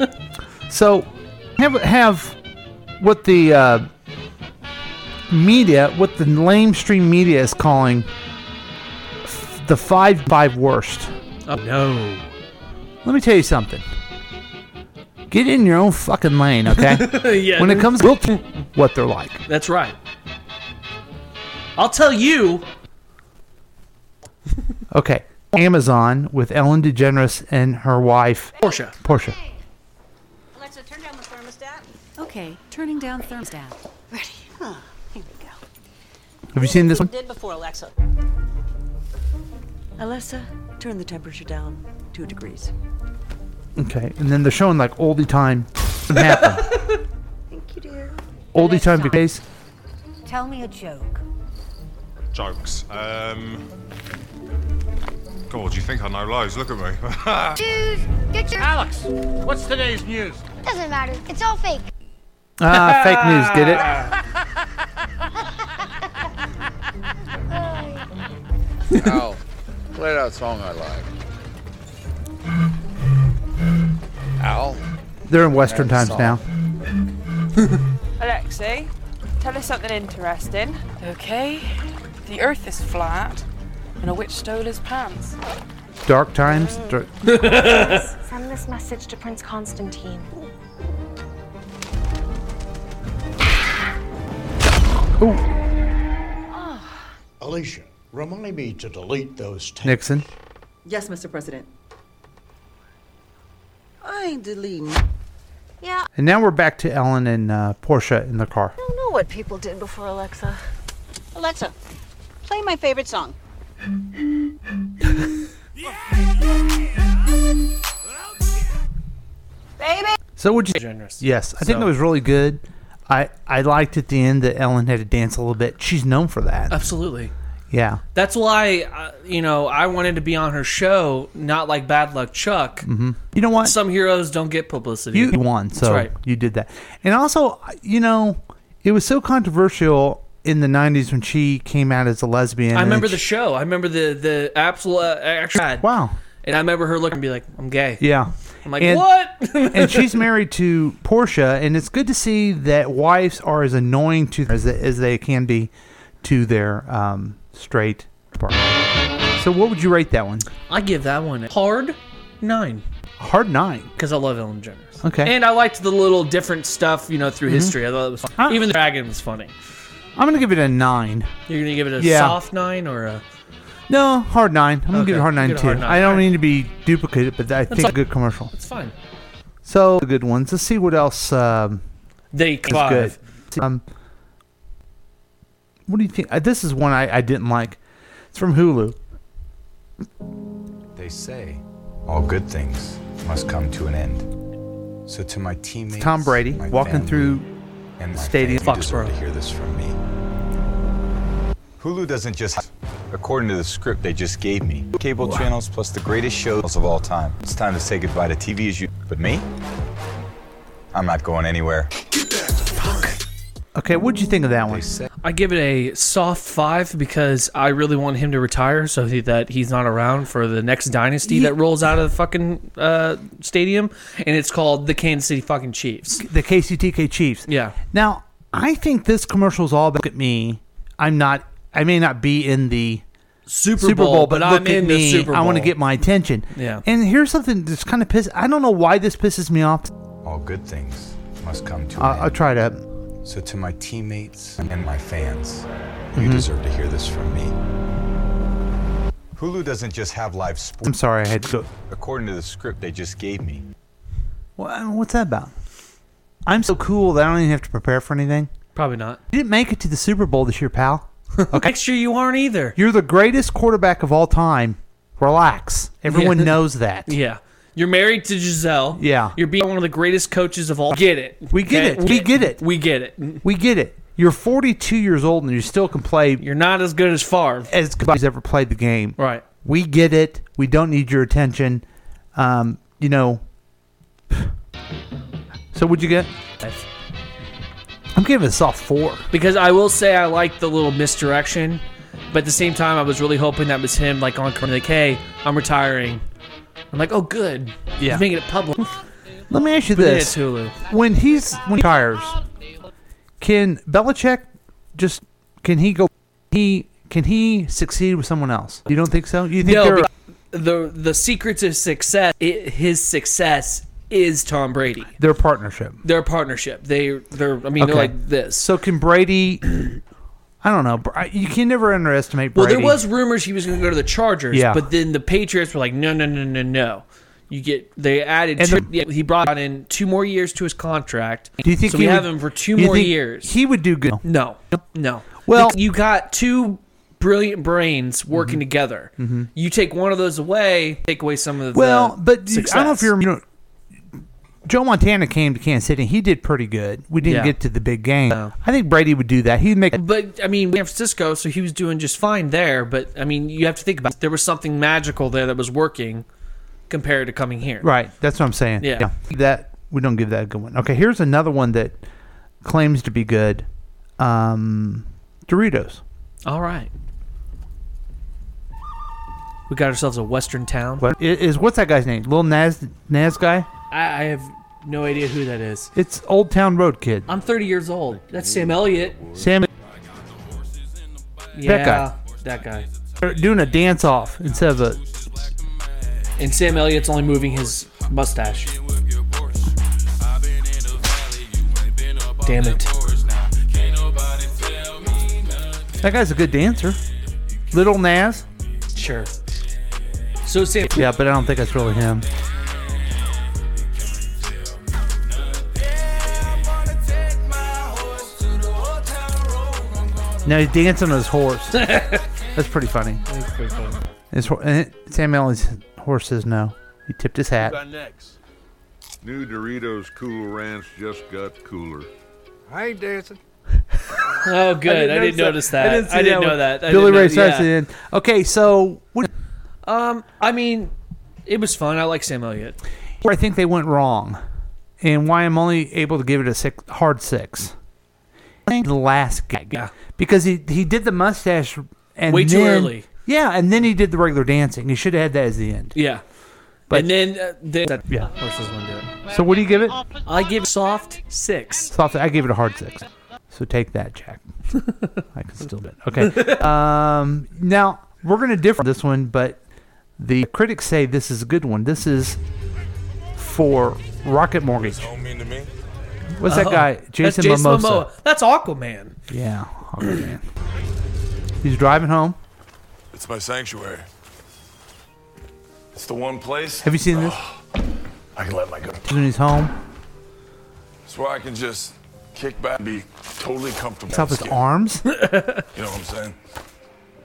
so have have what the uh, media, what the lamestream media is calling f- the five by worst.
Oh no.
Let me tell you something. Get in your own fucking lane, okay?
Yeah.
When it comes to what they're like.
That's right. I'll tell you.
Okay. Amazon with Ellen DeGeneres and her wife
Portia.
Portia.
Alexa, turn down the thermostat.
Okay, turning down thermostat.
Ready. Huh. Here we go.
Have you seen this one?
Did before, Alexa. Alexa, turn the temperature down two degrees.
Okay. And then they're showing like oldie time. What happened?
Thank you, dear.
Oldie time because
Tell me a joke.
jokes. Um, God, you think I know loads? Look at me.
Choose, get your. Alex, what's today's news? Doesn't matter. It's all fake.
Ah, fake news did it.
Al, play that song I like. Al?
They're in Western times now.
Alexei, tell us something interesting. Okay. The earth is flat, and a witch stole his pants.
Dark times. Dar-
Send this message to Prince Constantine.
Ah. Alicia, remind me to delete those. T-
Nixon.
Yes, Mr. President. I ain't deleting.
And now we're back to Ellen and uh, Portia in the car.
No,
know what people did before Alexa.
Alexa, play my favorite song. Baby!
So would you?
Generous.
Yes, I think
So-
that was really good. I I liked at the end that Ellen had to dance a little bit. She's known for that.
Uh, Absolutely.
Yeah.
That's why, uh, you know, I wanted to be on her show, not like Bad Luck Chuck.
hmm You know what?
Some heroes don't get publicity.
You won, so
That's right.
you did that. And also, you know, it was so controversial in the '90s when she came out as a lesbian.
I
and
remember
she-
the show. I remember the the absolute uh, actual ad.
Wow.
And I remember her looking and be like, "I'm gay."
Yeah.
I'm like, "What?"
and she's married to Portia, and it's good to see that wives are as annoying to as, as they can be to their um, straight partner. So, what would you rate that one?
I give that one a hard nine
Hard nine.
because I love Ellen DeGeneres.
Okay.
And I liked the little different stuff, you know, through
Mhm.
history. I thought it was fun. even the dragon was funny.
I'm gonna give it a nine.
You're gonna give it a
Yeah.
soft nine or a
No, hard nine. I'm gonna give
Okay,
it a hard nine
give it a
too.
hard nine.
I don't mean to be duplicated, but I
That's
think
all-
a good commercial.
It's fine.
So the good ones. Let's see what else. Um,
They
is
contrive.
good. Um, what do you think? Uh, this is one I, I didn't like. It's from Hulu.
They say all good things must come to an end. So to my teammates,
Tom Brady
my
walking
family,
through
and my
stadium.
family, you deserve to hear this from me. Hulu doesn't just, according to the script they just gave me, cable channels plus the greatest shows of all time. It's time to say goodbye to TV as you. But me, I'm not going anywhere.
Okay, what'd you think of that one?
I give it a soft five because I really want him to retire so he- that he's not around for the next dynasty that rolls out of the fucking uh, stadium, and it's called the Kansas City fucking Chiefs.
The KCTK Chiefs.
Yeah.
Now, I think this commercial is all about look at me. I'm not. I may not be in the
Super Bowl, but
look
I'm
at
in the
me.
Super
I want to
Bowl.
get my attention.
Yeah.
And here's something that's kind of piss. I don't know why this pisses me off.
All good things must come to an
I'll, I'll
end.
try to.
So to my teammates and my fans, you
Mhm.
deserve to hear this from me. Hulu doesn't just have live sports.
I'm sorry, I had to.
According to the script they just gave me,
Well, what's that about? I'm so cool that I don't even have to prepare for anything.
Probably not.
You didn't make it to the Super Bowl this year, pal. Okay.
Next year you aren't either.
You're the greatest quarterback of all time. Relax. Everyone
Yeah.
knows that.
Yeah. You're married to Giselle.
Yeah.
You're being one of the greatest coaches of all. Get it.
We get
Okay?
it. We get it.
We get it.
We get it. You're 42 years old and you still can play.
You're not as good as Favre.
As good as ever played the game.
Right.
We get it. We don't need your attention. Um, you know. So what'd you get? I'm giving it a soft four.
Because I will say I like the little misdirection, but at the same time I was really hoping that was him like on camera, like, hey, I'm retiring. I'm like, oh good.
Yeah.
He's making it public.
Let me ask you
But yeah, it's
this:
Hulu.
When he's when he retires, can Belichick just can he go? He can he succeed with someone else? You don't think so? You think
no,
there?
bec- the the secrets of success i his success is Tom Brady.
Their partnership.
Their partnership. They they're I mean they're like this.
So can Brady? I don't know. Br- You can never underestimate
Well,
Brady.
there was rumors he was going to go to the Chargers,
Yeah.
but then the Patriots were like, no, no, no, no, no. You get they added.
And
two-
the-
yeah, he brought in two more years to his contract.
Do you think
so?
he
We
would-
have him for two
you
more
think
years.
He would do good.
No, no.
Well-
you got two brilliant brains working together.
Mhm.
You take one of those away, take away some of the
Well, but you- I don't know if
success.
you remember. Joe Montana came to Kansas City. He did pretty good. We didn't
Yeah.
get to the big game. I think Brady would do that. He'd make.
But I mean, San Francisco, so he was doing just fine there. But I mean, you have to think about it. there was something magical there that was working compared to coming here.
Right. That's what I'm saying.
Yeah.
That we don't give that a good one. Okay, here's another one that claims to be good. Um Doritos.
All right. We got ourselves a Western town.
What is, is what's that guy's name? Lil Nas Nas guy?
I, I have no idea who that is.
It's Old Town Road Kid.
I'm 30 years old. That's Sam Elliott.
Sam
Yeah,
guy.
That guy.
they're doing a dance off instead of a
And Sam Elliott's only moving his mustache. Damn it.
That guy's a good dancer. Little Nas?
Sure. So Sam
Yeah, but I don't think that's really him. No, he's dancing on his horse. That's pretty funny.
That's pretty funny.
His, eh, hor- and Sam Elliott's horse says no. He tipped his hat.
Who got next? New Doritos Cool Ranch just got cooler. I ain't dancing.
Oh, good. I didn't notice that. I didn't,
see
know
one.
that. I didn't
Billy
know-
Ray Cyrus.
yeah.
did. Okay, so what,
Um, I mean, it was fun. I like Sam Elliott.
where I think they went wrong, and why I'm only able to give it a six, hard six. I think The last gag, yeah. because he he did the mustache and
Way too
then-
early.
Yeah, and then he did the regular dancing. He should have had that as the end.
Yeah.
But-
and then, uh, then that,
Yeah.
horses wouldn't do it.
So what do you give it?
I give soft six.
Soft, I gave it a hard six. So take that, Jack. I can still bet. Okay. Um, now we're going to differ on this one, but the critics say this is a good one. This is for Rocket Mortgage.
mean to me.
What's that
Oh,
guy?
that's
Jason,
Jason
Momoa.
Momoa. That's Aquaman.
Yeah. Okay, man. He's driving home.
It's my sanctuary. It's the one place. Ah,
Have you seen this?
I can let my go.
He's when he's home.
It's where I can just kick back, and be totally comfortable.
It's up his
Skin.
arms.
you know what I'm saying?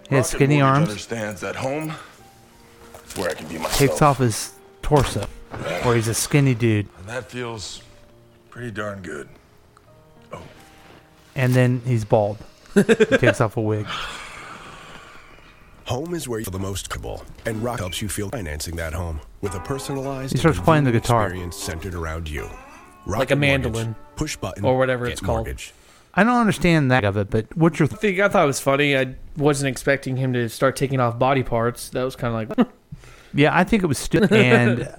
He has
Rocket
skinny
Mortgage
arms.
Understands that home. It's where I can be myself.
Takes off his torso, where he's a skinny dude.
And that feels pretty darn good.
and then he's bald. he takes off a wig.
Home is where you're the most comfortable, and Rock helps you feel financing that home with a personalized
He starts playing the
convenient
guitar.
experience centered around you.
Like a mandolin.
Mortgage. push button,
Or whatever
get
it's called.
mortgage.
I don't understand that of it, but what's your
I think I thought it was funny. I wasn't expecting him to start taking off body parts. That was kind of like,
yeah? I think it was stupid. And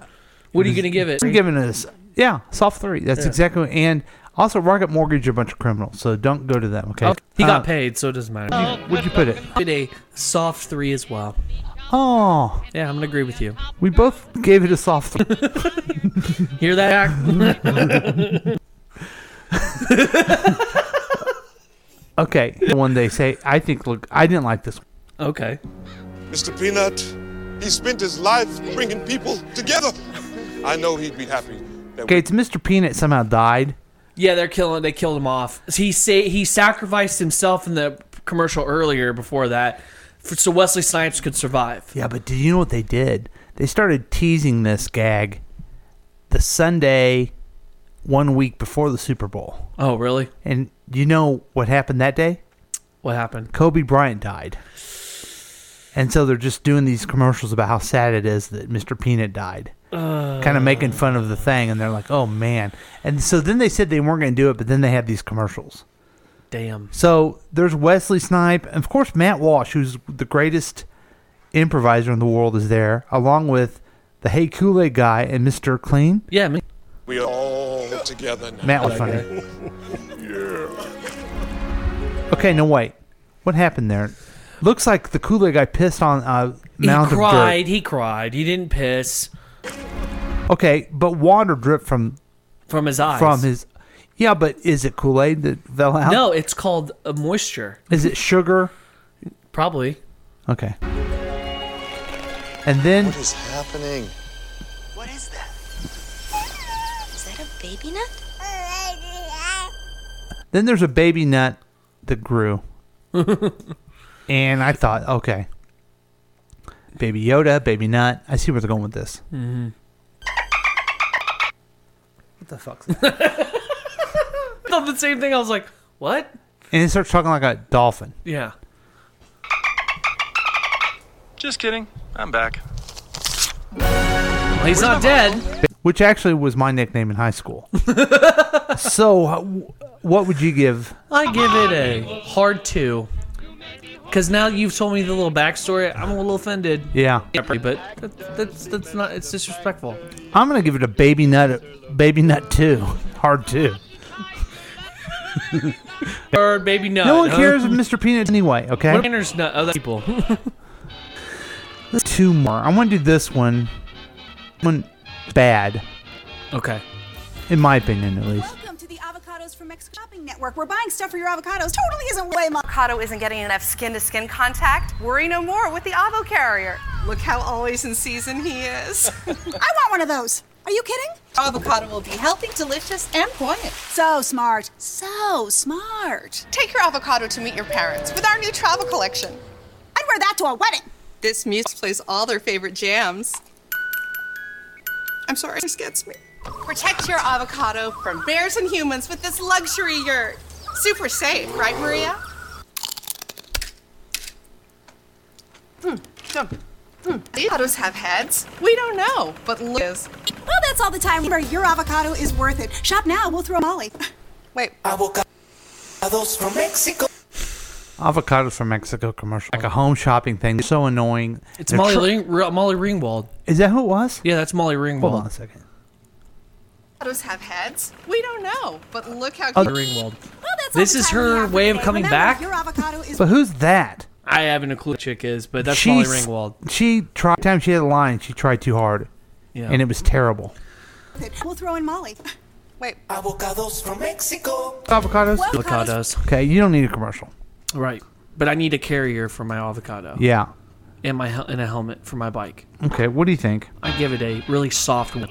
what are you gonna give it?
I'm giving this yeah soft three. That's
Yeah.
exactly. And also, Rocket Mortgage are a bunch of criminals, so don't go to them. Okay.
Okay. Oh, He
Uh,
got paid, so it doesn't matter.
You- what'd you put it?
I did a soft three as well.
Oh,
Yeah, I'm gonna agree with you.
we both gave it a soft three.
Hear that?
okay. The one they say, I think. Look, I didn't like this.
Okay.
Mr. Peanut, he spent his life bringing people together. I know he'd be happy. That
Okay, it's Mr. Peanut somehow died.
yeah, they're killing. They killed him off. He say he sacrificed himself in the commercial earlier before that, f so Wesley Snipes could survive.
Yeah, but do you know what they did? They started teasing this gag the Sunday one week before the Super Bowl.
Oh, really?
And you know what happened that day?
What happened?
Kobe Bryant died. And so they're just doing these commercials about how sad it is that Mr. Peanut died.
Uh.
kind of making fun of the thing. And they're like, oh, man. And so then they said they weren't going to do it, but then they had these commercials.
Damn.
So there's Wesley Snipe, and of course Matt Walsh, who's the greatest improviser in the world, is there, along with the Hey Kool Aid guy and Mr. Clean.
Yeah, man.
We are all together now.
Matt was funny. Okay, no wait, what happened there? Looks like the Kool Aid guy pissed on a
He
mound of
cried. He cried. He didn't piss
dirt. Okay, but water dripped from
from his eyes.
from his. Yeah, but is it Kool Aid that fell out?
No, it's called uh, moisture.
Is it sugar?
Probably.
Okay. And then
What is happening? What is that?
Is that a baby nut?
Then there's a baby nut that grew. and I thought, okay. Baby Yoda, baby nut. I see where they're going with this.
Mm-hmm.
What the fuck?
I thought the same thing. I was like, what?
And it starts talking like a dolphin.
Yeah.
Just kidding. I'm back.
he's not dead.
Which actually was my nickname in high school. so, wh- what would you give?
I give it a hard two. Because now you've told me the little backstory, I'm a little offended.
Yeah.
But that, that's that's not. It's disrespectful.
I'm going to give it a baby nut, baby nut two. Hard two.
Or baby nut.
no one
huh?
cares if Mr. Peanut anyway, okay?
What manners nut? Other people.
There's two more. I want to do this one. One bad,
okay.
in my opinion, at least.
Welcome to the Avocados from Mexico Shopping Network. We're buying stuff for your avocados. Totally isn't way my avocado isn't getting enough skin to skin contact. Worry no more with the Avo Carrier. Look how always in season he is. I want one of those.
Are you kidding? Avocado will be healthy, delicious, and quiet. So smart. So smart.
Take your avocado to meet your parents with our new travel collection.
I'd wear that to a wedding.
This music plays all their favorite jams. I'm sorry, this gets me. Protect your avocado from bears and humans with this luxury yurt. Super safe, right, Maria? Hmm, jump. Hmm. Avocados have heads? We don't know, but look is.
Well, that's all the time. Remember, your avocado is worth it. Shop now. We'll throw Molly.
Wait.
Avocados from Mexico.
Avocados from Mexico commercial, like a home shopping thing. So annoying.
It's
They're
Molly,
tr-
Ring, R- Molly Ringwald.
Is that who it was?
Yeah, that's Molly Ringwald.
Hold on a second.
Avocados have heads? We don't know, but look how.
Molly Ringwald. Oh, This is her way of coming back.
But who's that?
I haven't a clue who the chick is, but that's
She's-
Molly Ringwald.
She tried. Time she had a line, she tried too hard,
Yeah.
and it was terrible.
We'll throw in Molly.
Wait.
Avocados from Mexico.
Avocados.
Avocados.
Okay, you don't need a commercial.
Right. But I need a carrier for my avocado.
Yeah.
And my hel- and a helmet for my bike.
Okay, what do you think?
I give it a really soft one.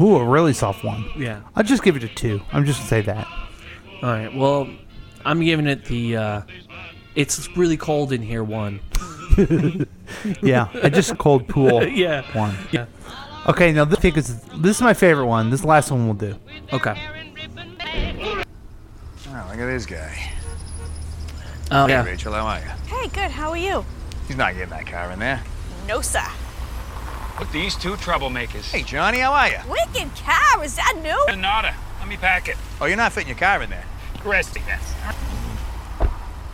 Ooh, a really soft one.
Yeah.
I'll just give it a two. I'm just gonna say that.
All right. Well, I'm giving it the. Uh, it's really cold in here. One.
yeah, I just cold pool.
Yeah.
One.
Yeah.
Okay, now this, I think is, this is my favorite one. This last one we'll do.
Okay.
Oh, look at this guy.
Oh,
hey,
yeah.
Rachel, how are you?
Hey, good. How are you?
He's not getting that car in there.
No, sir.
Look, these two troublemakers. Hey, Johnny, how are you?
Wicked cow, is that new?
Nada. Let me pack it. Oh, you're not fitting your car in there. Restiness.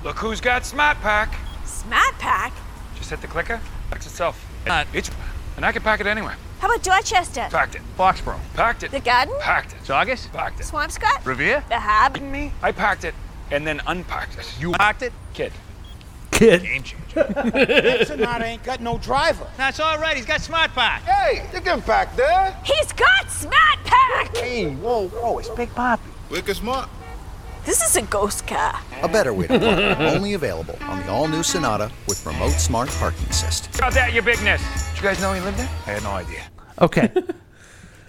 Look who's got Smart Pack.
Smart pack?
Just hit the clicker. Packs itself. Uh, it's, and I can pack it anywhere.
How about Dorchester?
Packed it.
Foxborough.
Packed it.
The garden?
Packed it. Saugus? Packed it.
Swampscott?
Revere?
The hab?
me? I packed it and then unpacked it.
You packed it?
Kid.
Kid.
Game changer.
Ensenada
ain't got no driver. That's all right. He's got smart pack. Hey, you can pack there.
He's got smart pack!
Hey, whoa, whoa, it's Big Poppy. Wicked smart.
This is a ghost car.
A better way to park, only available on the all-new Sonata with remote smart parking assist.
About that, your bigness. Did you guys know he lived there? I had no idea.
Okay.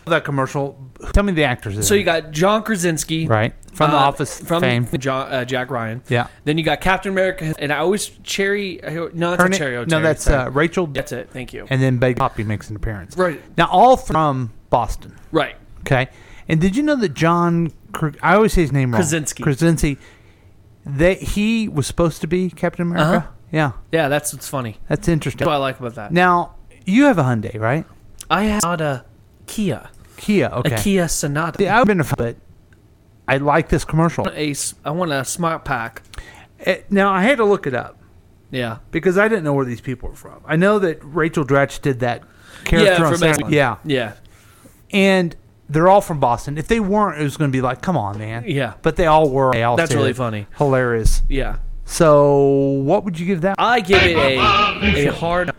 that commercial. Tell me the actors. in
So
it.
you got John Krasinski, Uh,
Right. From The Office
from
fame.
John, uh, Jack Ryan.
Yeah.
Then you got Captain America, and I always Cherry. No, that's
Her
not
na-
Cherry.
no,
O'Terry,
that's,
sorry.
uh, Rachel-
That's it. Thank you.
and then Big Poppy makes an appearance.
Right.
Now all from Boston.
Right.
Okay. And did you know that John? Kr- I always say his name wrong.
Krasinski.
Krasinski. That he was supposed to be Captain
Uh-huh.
America. Yeah.
yeah, that's what's funny.
That's interesting.
That's what I like about that.
Now you have a Hyundai, right?
I had a Kia,
Kia. Okay.
a Kia Sonata.
Yeah, I've been a fan, but I like this commercial.
A s- I want a smart pack.
Eh, Now I had to look Uh, it up
Yeah.
because I didn't know where these people were from. I know that Rachel Dratch did that character
yeah,
on
from
Saturday.
X-Men.
Yeah,
Yeah.
and they're all from Boston. If they weren't, it was going to be like, come on, man.
Yeah.
but they all were. They all
That's
said
really
it.
funny.
hilarious.
Yeah.
So what would you give that?
I give it a a hard.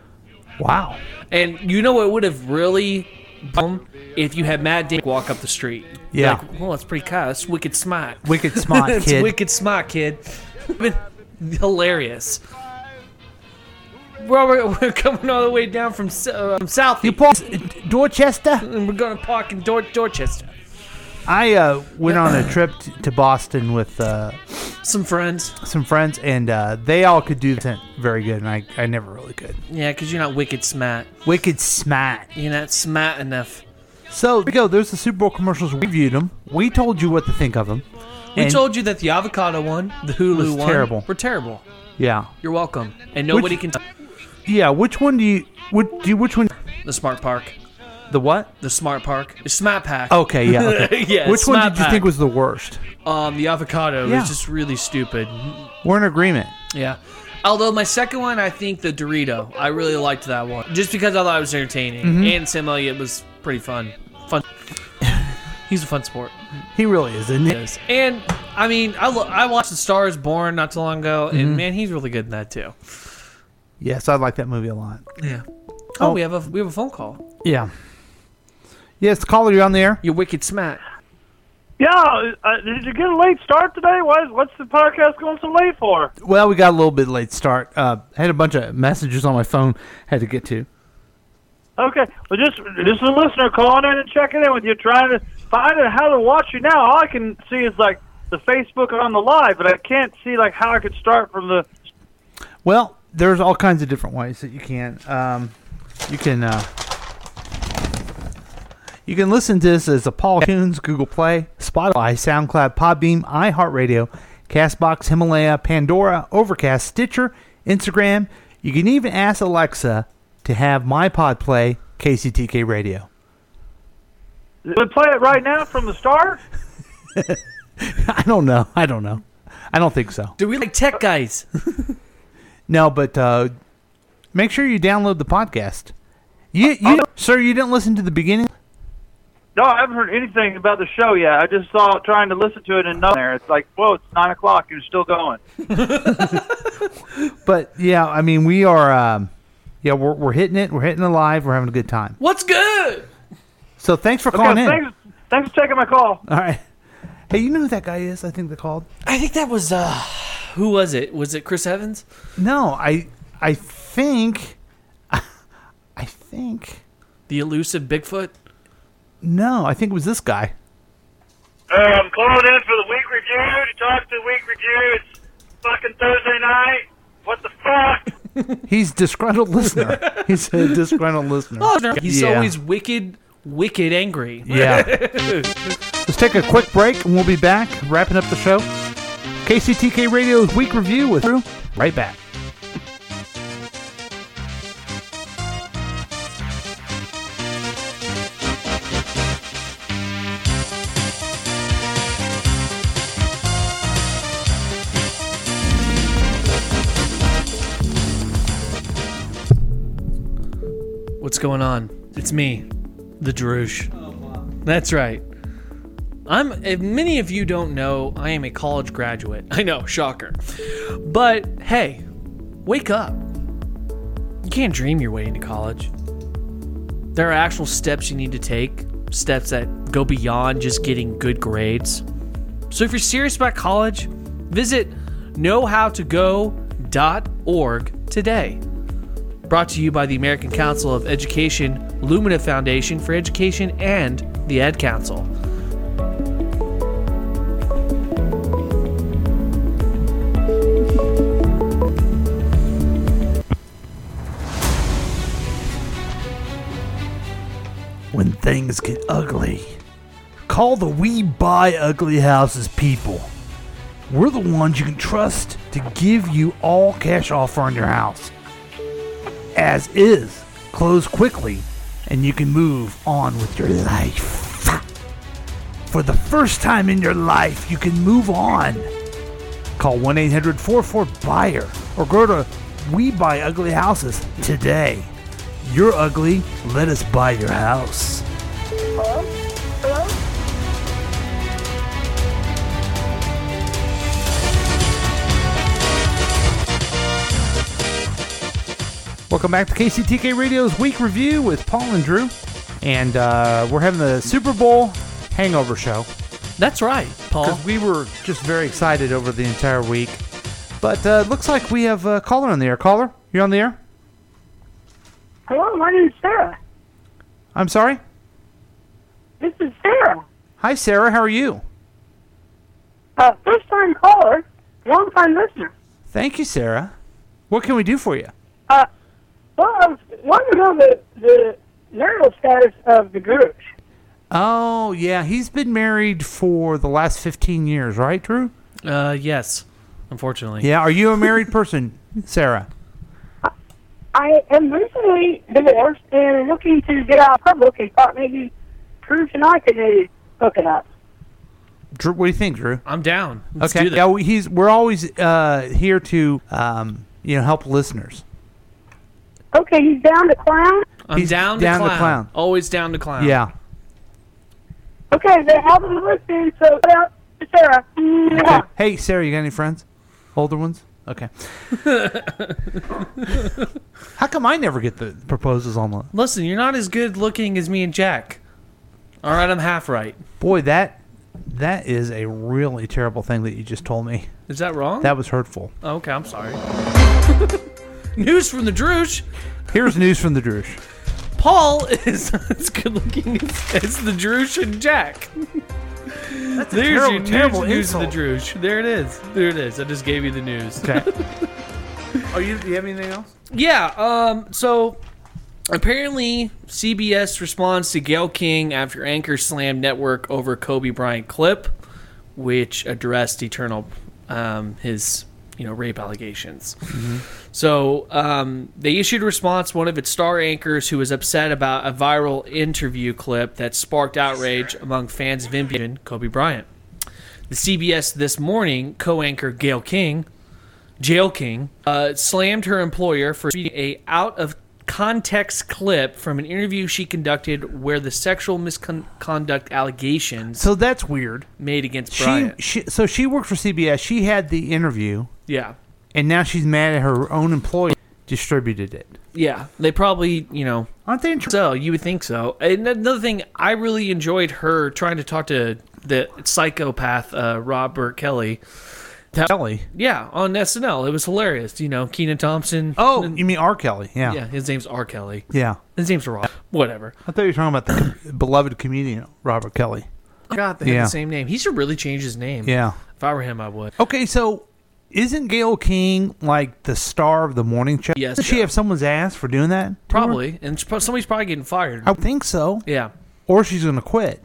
Wow.
And you know what would have really bum if you had Matt Dick walk up the street.
Yeah.
Like, well, it's pretty cool. It's wicked smart.
Wicked smart,
it's
kid.
wicked smart, kid. Been Hilarious. Robert, we're coming all the way down from s- uh, from South. You
park Dorchester,
and we're gonna park in Dor- Dorchester.
I uh, went on a trip t- to Boston with uh,
some friends,
some friends, and uh, they all could do that very good, and I, I never really could.
Yeah, because you're not wicked smart.
Wicked smart.
You're not smart enough.
So there you go. There's the Super Bowl commercials. We reviewed them. We told you what to think of them.
We told you that the avocado one, the Hulu
Was
one,
terrible.
were terrible.
Yeah.
You're welcome, and nobody
Which-
can.
Yeah. Which one do you? What do you, Which one?
The smart park.
The what?
The smart park. The smart pack.
Okay. Yeah. okay.
yeah.
Which one
smart
did you
pack.
think was the worst?
Um, the avocado
Yeah.
was just really stupid.
We're in agreement.
Yeah. Although my second one, I think the Dorito. I really liked that one just because I thought it was entertaining,
Mhm.
and Sam Elliott was pretty fun. Fun. He's a fun sport.
He really is, isn't he?
And I mean, I lo- I watched The Stars Born not too long ago,
Mhm.
and man, he's really good in that too.
Yes, I like that movie a lot.
Yeah. Oh,
Oh.
we have a we have a phone call.
Yeah. Yes, caller, you're on the air.
You're wicked smart.
Yeah, uh, did you get a late start today? Why, what's the podcast going so late for?
Well, we got a little bit late start. Uh, I had a bunch of messages on my phone had to get to.
Okay. Well, just just a listener calling in and checking in with you, trying to find out how to watch you now. All I can see is like the Facebook on the live, but I can't see like how I could start from the.
Well, there's all kinds of different ways that you can. Um, you can. Uh, you can listen to this as a Paul Tunes, Google Play, Spotify, SoundCloud, Podbeam, iHeartRadio, Castbox, Himalaya, Pandora, Overcast, Stitcher, Instagram. You can even ask Alexa to have my pod play KCTK Radio.
We play it right now from the start.
I don't know. I don't know. I don't think so.
Do we like tech guys?
No, but uh, make sure you download the podcast. You, you sir, you didn't listen to the beginning.
No, I haven't heard anything about the show yet. I just saw trying to listen to it and nothing there. It's like, whoa, it's nine o'clock. You're still going.
But yeah, I mean, we are. Um, yeah, we're, we're hitting it. We're hitting it live. We're having a good time.
What's good?
So thanks for calling in.
thanks, thanks for taking my call.
All right. Hey, you know who that guy is? I think they called.
I think that was uh, who was it? Was it Chris Evans?
No, I I think I think
the elusive Bigfoot.
No, I think it was this guy.
Uh, I'm calling in for the week review to talk to the week review. It's fucking Thursday night. What the fuck?
He's disgruntled listener. He's a disgruntled listener.
Oh, He's
Yeah.
always wicked, wicked angry.
Yeah. Let's take a quick break and we'll be back wrapping up the show. KCTK Radio's week review with Drew. Right back.
What's going on? It's me, the Droosh. That's right. I'm. If many of you don't know, I am a college graduate. I know, shocker. But hey, wake up. You can't dream your way into college. There are actual steps you need to take, steps that go beyond just getting good grades. So if you're serious about college, visit knowhowtogo.org today brought to you by the American Council of Education, Lumina Foundation for Education, and the Ed Council.
When things get ugly, call the We Buy Ugly Houses people. We're the ones you can trust to give you all cash offer on your house. As is, close quickly, and you can move on with your life. For the first time in your life, you can move on. Call 1 800 44 Buyer or go to We Buy Ugly Houses today. You're ugly, let us buy your house.
Hello? Hello?
Welcome back to KCTK Radio's Week Review with Paul and Drew. And uh, we're having the Super Bowl hangover show.
That's right, Paul.
We were just very excited over the entire week. But uh, it looks like we have a caller on the air. Caller, you're on the air?
Hello, my name's Sarah.
I'm sorry?
This is Sarah.
Hi, Sarah. How are you?
Uh, first time caller, long time listener.
Thank you, Sarah. What can we do for you?
Uh, well, I was wanting to know Um, the, the marital status of the group.
Oh, yeah. He's been married for the last 15 years, right, Drew?
Uh, yes, unfortunately.
Yeah. Are you a married person, Sarah?
I am recently divorced and looking to get out public and thought maybe Bruce and I could maybe hook it up.
Drew, what do you think, Drew?
I'm down. Let's
okay.
do that.
Yeah, we- he's. We're always uh, here to, um, you know, help listeners.
Okay, he's down to clown?
I'm
He's
down,
down to
to clown.
clown.
Always down to clown.
Yeah.
Um, Okay, then I'll be listening, so uh, Sarah.
Okay. Hey, Sarah, you got any friends? Older ones? Okay. How come I never get the proposals on the?
Listen, you're not as good looking as me and Jack. All right, I'm half right.
Boy, that that is a really terrible thing that you just told me.
Is that wrong?
That was hurtful.
Oh, okay, I'm sorry. News from the Droosh.
Here's news from the Drush.
Paul is not as good looking as, as the Drush and Jack.
That's a
There's
terrible,
your news,
terrible
news of the
insult.
Drush. There it is. There it is. I just gave you the news. Okay.
Oh, you, do you have anything else?
Yeah. Um. So apparently, CBS responds to Gail King after anchor slammed network over Kobe Bryant clip, which addressed Eternal, um, his you know rape allegations.
Mhm.
So um, they issued a response. One of its star anchors, who was upset about a viral interview clip that sparked outrage among fans of NBA and Kobe Bryant. The CBS This Morning co-anchor Gail King, Jail King, uh, slammed her employer for tweeting a out of context clip from an interview she conducted where the sexual misconduct allegations
So that's weird.
made against
She,
Bryant.
she so she works for CBS. She had the interview,
Yeah,
and now she's mad at her own employee distributed it.
yeah, they probably you know
aren't they?
so you would think so. And another thing, I really enjoyed her trying to talk to the psychopath uh, Robert Kelly.
Kelly.
Yeah, on SNL, it was hilarious. You know, Keenan Thompson.
Oh, you mean R. Kelly? Yeah.
yeah, his name's R. Kelly.
Yeah.
His name's Rob. Whatever.
I thought you were talking about the beloved comedian Robert Kelly.
God, they
Yeah.
have the same name. He should really change his name.
Yeah.
If I were him, I would.
Okay, so isn't Gail King like the star of the morning show?
Yes,
Does she
yeah.
have someone's ass for doing that? to her?
Probably. And it's prob- somebody's probably getting fired.
I would think so.
Yeah.
Or she's going to quit.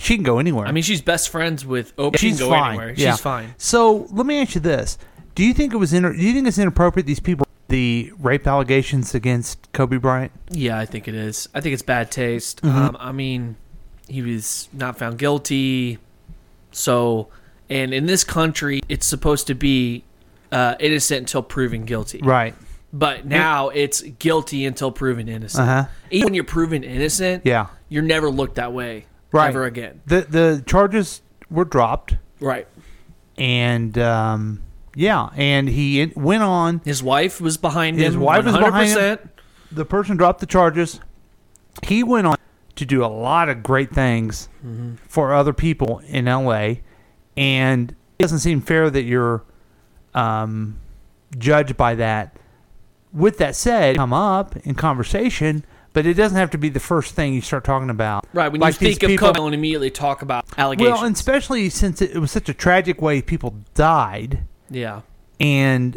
She can go anywhere.
I mean, she's best friends with Oprah.
she's
she can go
fine.
anywhere.
Yeah.
She's fine.
So let me ask you this: Do you think it was? Inter- do you think it's inappropriate these people the rape allegations against Kobe Bryant?
Yeah, I think it is. I think it's bad taste.
Mhm.
Um, I mean, he was not found guilty. So, and in this country, it's supposed to be uh, innocent until proven guilty.
Right.
But now it's guilty until proven innocent.
Uh-huh.
Even when you're proven innocent,
Yeah.
you're never looked that way
Right.
ever again.
The the charges were dropped,
Right.
and um, yeah, and he in- went on.
His wife was behind
His
him.
wife was behind him.
100%.
The person dropped the charges. He went on to do a lot of great things
Mhm.
for other people in L.A. And it doesn't seem fair that you're um, judged by that. With that said, come up in conversation, but it doesn't have to be the first thing you start talking about.
Right. When
Like
you
these
think of
people-
Kobe, and immediately talk about allegations.
Well, and especially since it, it was such a tragic way people died,
yeah.
and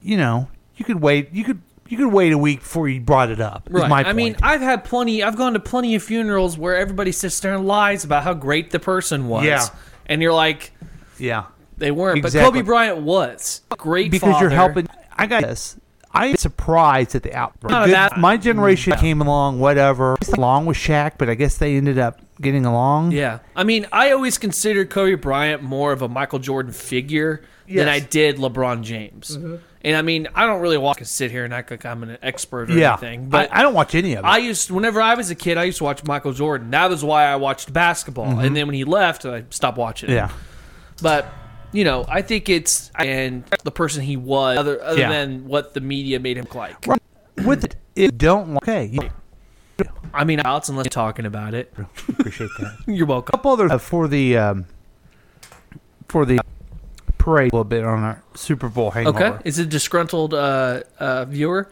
you know, you could wait. You could you could wait a week before you brought it up. is
Right.
my
I mean, I've had plenty. I've gone to plenty of funerals where everybody sits there and lies about how great the person was.
Yeah.
And you're like,
yeah,
they weren't. But
Exactly.
Kobe Bryant was a great
because
father.
you're helping. I got this. I'm surprised at the outbreak.
Not a
Good-
bad-
my generation
Mm.
came along, whatever. Along with Shaq, but I guess they ended up getting along.
Yeah. I mean, I always considered Kobe Bryant more of a Michael Jordan figure
Yes.
than I did LeBron James.
Mhm.
And I mean, I don't really walk and sit here and act like I'm an expert or
yeah.
anything. But
I, I don't watch any of it.
I used whenever I was a kid, I used to watch Michael Jordan. That was why I watched basketball.
Mhm.
And then when he left, I stopped watching. it.
Yeah.
But you know, I think it's and the person he was, other other
Yeah.
than what the media made him look like.
Right. With it, it don't like. Okay, you
I mean, outs unless you're talking about it.
appreciate that.
You're welcome.
A couple other uh, for the um, for the parade a little bit on our Super Bowl hangover.
Okay, is it a disgruntled uh, uh, viewer?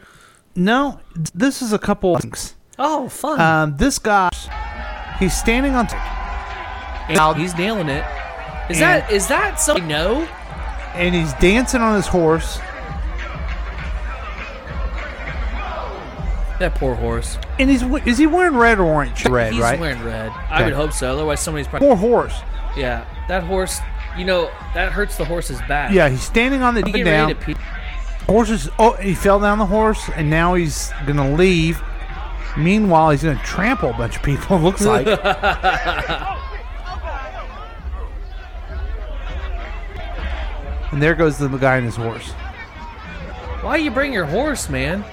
No, th- this is a couple things.
Oh, fun.
Um, this guy, he's standing on.
And he's nailing it. Is
And-
that is that something? No.
and he's dancing on his horse.
That poor horse.
And he's we- is he wearing red or orange? Red,
he's
right?
wearing red.
Okay.
I would hope so. Otherwise, somebody's probably
Poor horse.
Yeah, that horse. You know that hurts the horse's back.
Yeah, he's standing on the
He get
down.
ready to pe-
Horse is oh he fell down the horse and now he's gonna leave. Meanwhile, he's gonna trample a bunch of people. It looks like. and there goes the guy and his horse.
Why you bring your horse, man?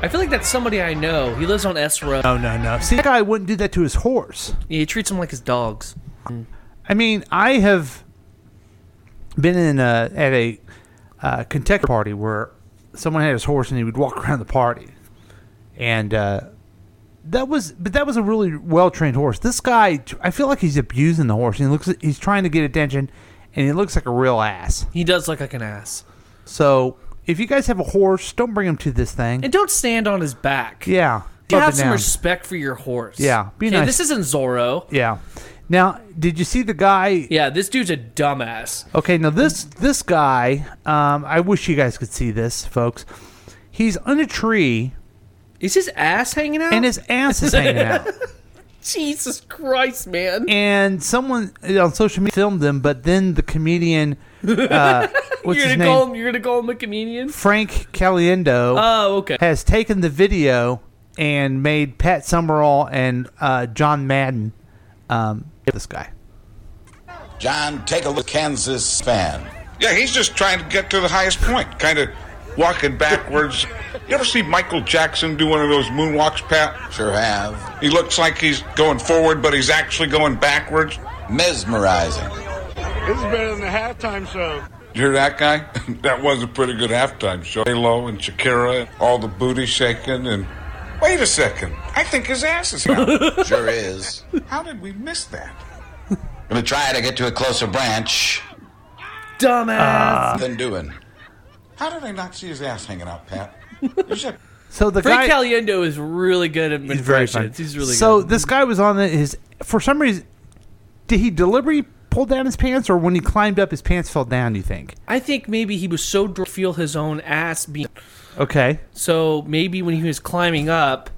I feel like that's somebody I know. He lives on S Road.
No, no, no. See, that guy wouldn't do that to his horse.
Yeah, he treats him like his dogs.
I mean, I have been in a, at a uh, Kentucky party where someone had his horse and he would walk around the party, and uh, that was but that was a really well trained horse. This guy, I feel like he's abusing the horse. And he looks, he's trying to get attention, and he looks like a real ass.
He does look like an ass.
So if you guys have a horse, don't bring him to this thing.
And don't stand on his back.
Yeah.
You
Up
have
and
some
down.
respect for your horse.
Yeah, be
Okay,
nice.
This isn't Zorro.
Yeah. Now, did you see the guy?
Yeah, this dude's a dumbass.
Okay, now this this guy, um, I wish you guys could see this, folks. He's on a tree.
Is his ass hanging out?
And his ass is hanging out.
Jesus Christ, man.
and someone on social media filmed them, but then the comedian, uh, what's
you're
his
gonna call him.
name,
You're gonna call him a comedian.
Frank Caliendo,
Oh, okay.
has taken the video and made Pat Summerall and uh, John Madden um, this guy.
John, take a look, Kansas fan.
Yeah, he's just trying to get to the highest point, kind of walking backwards. You ever see Michael Jackson do one of those moonwalks, Pat? Sure have. He looks like he's going forward, but he's actually going backwards. Mesmerizing.
This is better than the halftime show.
You hear that guy? that was a pretty good halftime show. Halo and Shakira, all the booty shaking, and wait a second. I think his ass is out.
Sure is.
How did we miss that?
Let me try to get to a closer branch.
Uh,
Dumbass.
Than doing.
How did I not see his ass hanging out, Pat?
So the
Frank
guy,
Caliendo is really good at
He's very
impressions.
funny.
He's really
so
good.
this guy was on the, his for some reason. Did he deliberately pull down his pants, or when he climbed up, his pants fell down? Do you think?
I think maybe he was so drunk to feel his own ass being.
Okay.
So maybe when he was climbing up,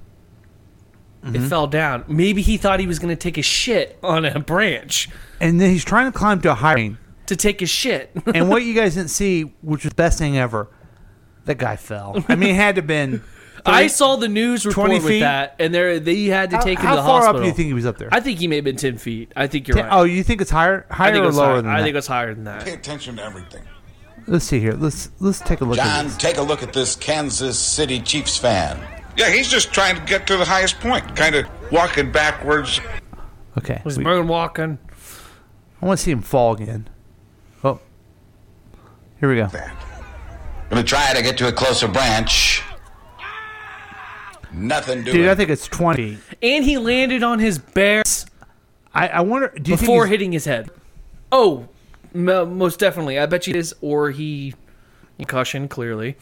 it
Mhm.
fell down. Maybe he thought he was gonna take a shit on a branch
And then he's trying to climb to a higher. plane.
to take a shit.
and what you guys didn't see, which was the best thing ever, that guy fell. I mean, it had to have been.
I
three-
saw the news report
20
with
feet?
that, and there they had to
How-
take him
how
to the
far up do
hospital.
you think he was up there?
I think he may have been ten feet. I think you're
Ten-
right.
Oh, you think it's higher,
I
higher
think it
or
was
lower
higher-
than
I
that?
think it was higher than that.
Pay attention to everything.
Let's see here. Let's let's take a look. at
John,
this.
take a look at this Kansas City Chiefs fan.
Yeah, he's just trying to get to the highest point, kind of walking backwards.
Okay.
Was
we-
moonwalking.
I want to see him fall again. Oh, here we go.
Let me try to get to a closer branch. Nothing doing.
Dude, I think it's twenty.
And he landed on his bear.
I, I wonder do you think
before
he's-
hitting his head. Oh, mo- most definitely. I bet you it is, or he concussion clearly.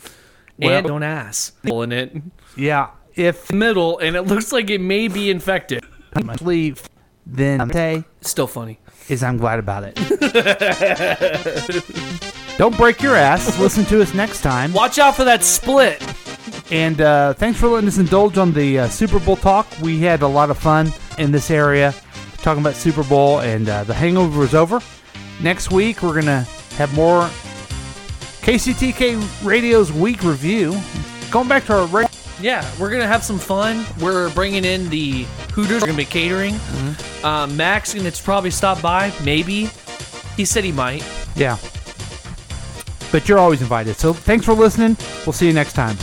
Well-
and don't ass in it.
Yeah, if
middle, and it looks like it may be infected.
Leave. Then Dante
Still funny.
is I'm glad about it. Don't break your ass. Listen to us next time.
Watch out for that split.
And uh, thanks for letting us indulge on the uh, Super Bowl talk. We had a lot of fun in this area talking about Super Bowl, and uh, the hangover is over. Next week, we're going to have more KCTK Radio's week review. Going back to our regular.
Yeah, we're gonna have some fun. We're bringing in the Hooters. We're gonna be catering. Uh, Max and it's probably stop by. Maybe he said he might.
Yeah. But you're always invited. So thanks for listening. We'll see you next time.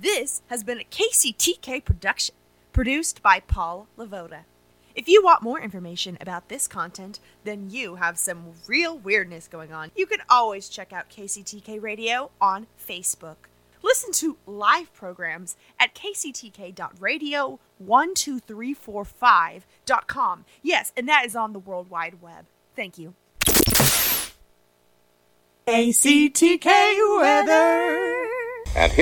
This has been a KCTK production, produced by Paul Lavoda. If you want more information about this content, then you have some real weirdness going on. You can always check out KCTK Radio on Facebook. Listen to live programs at kctk.radio12345.com. Yes, and that is on the World Wide Web. Thank you.
ACTK weather.
And here.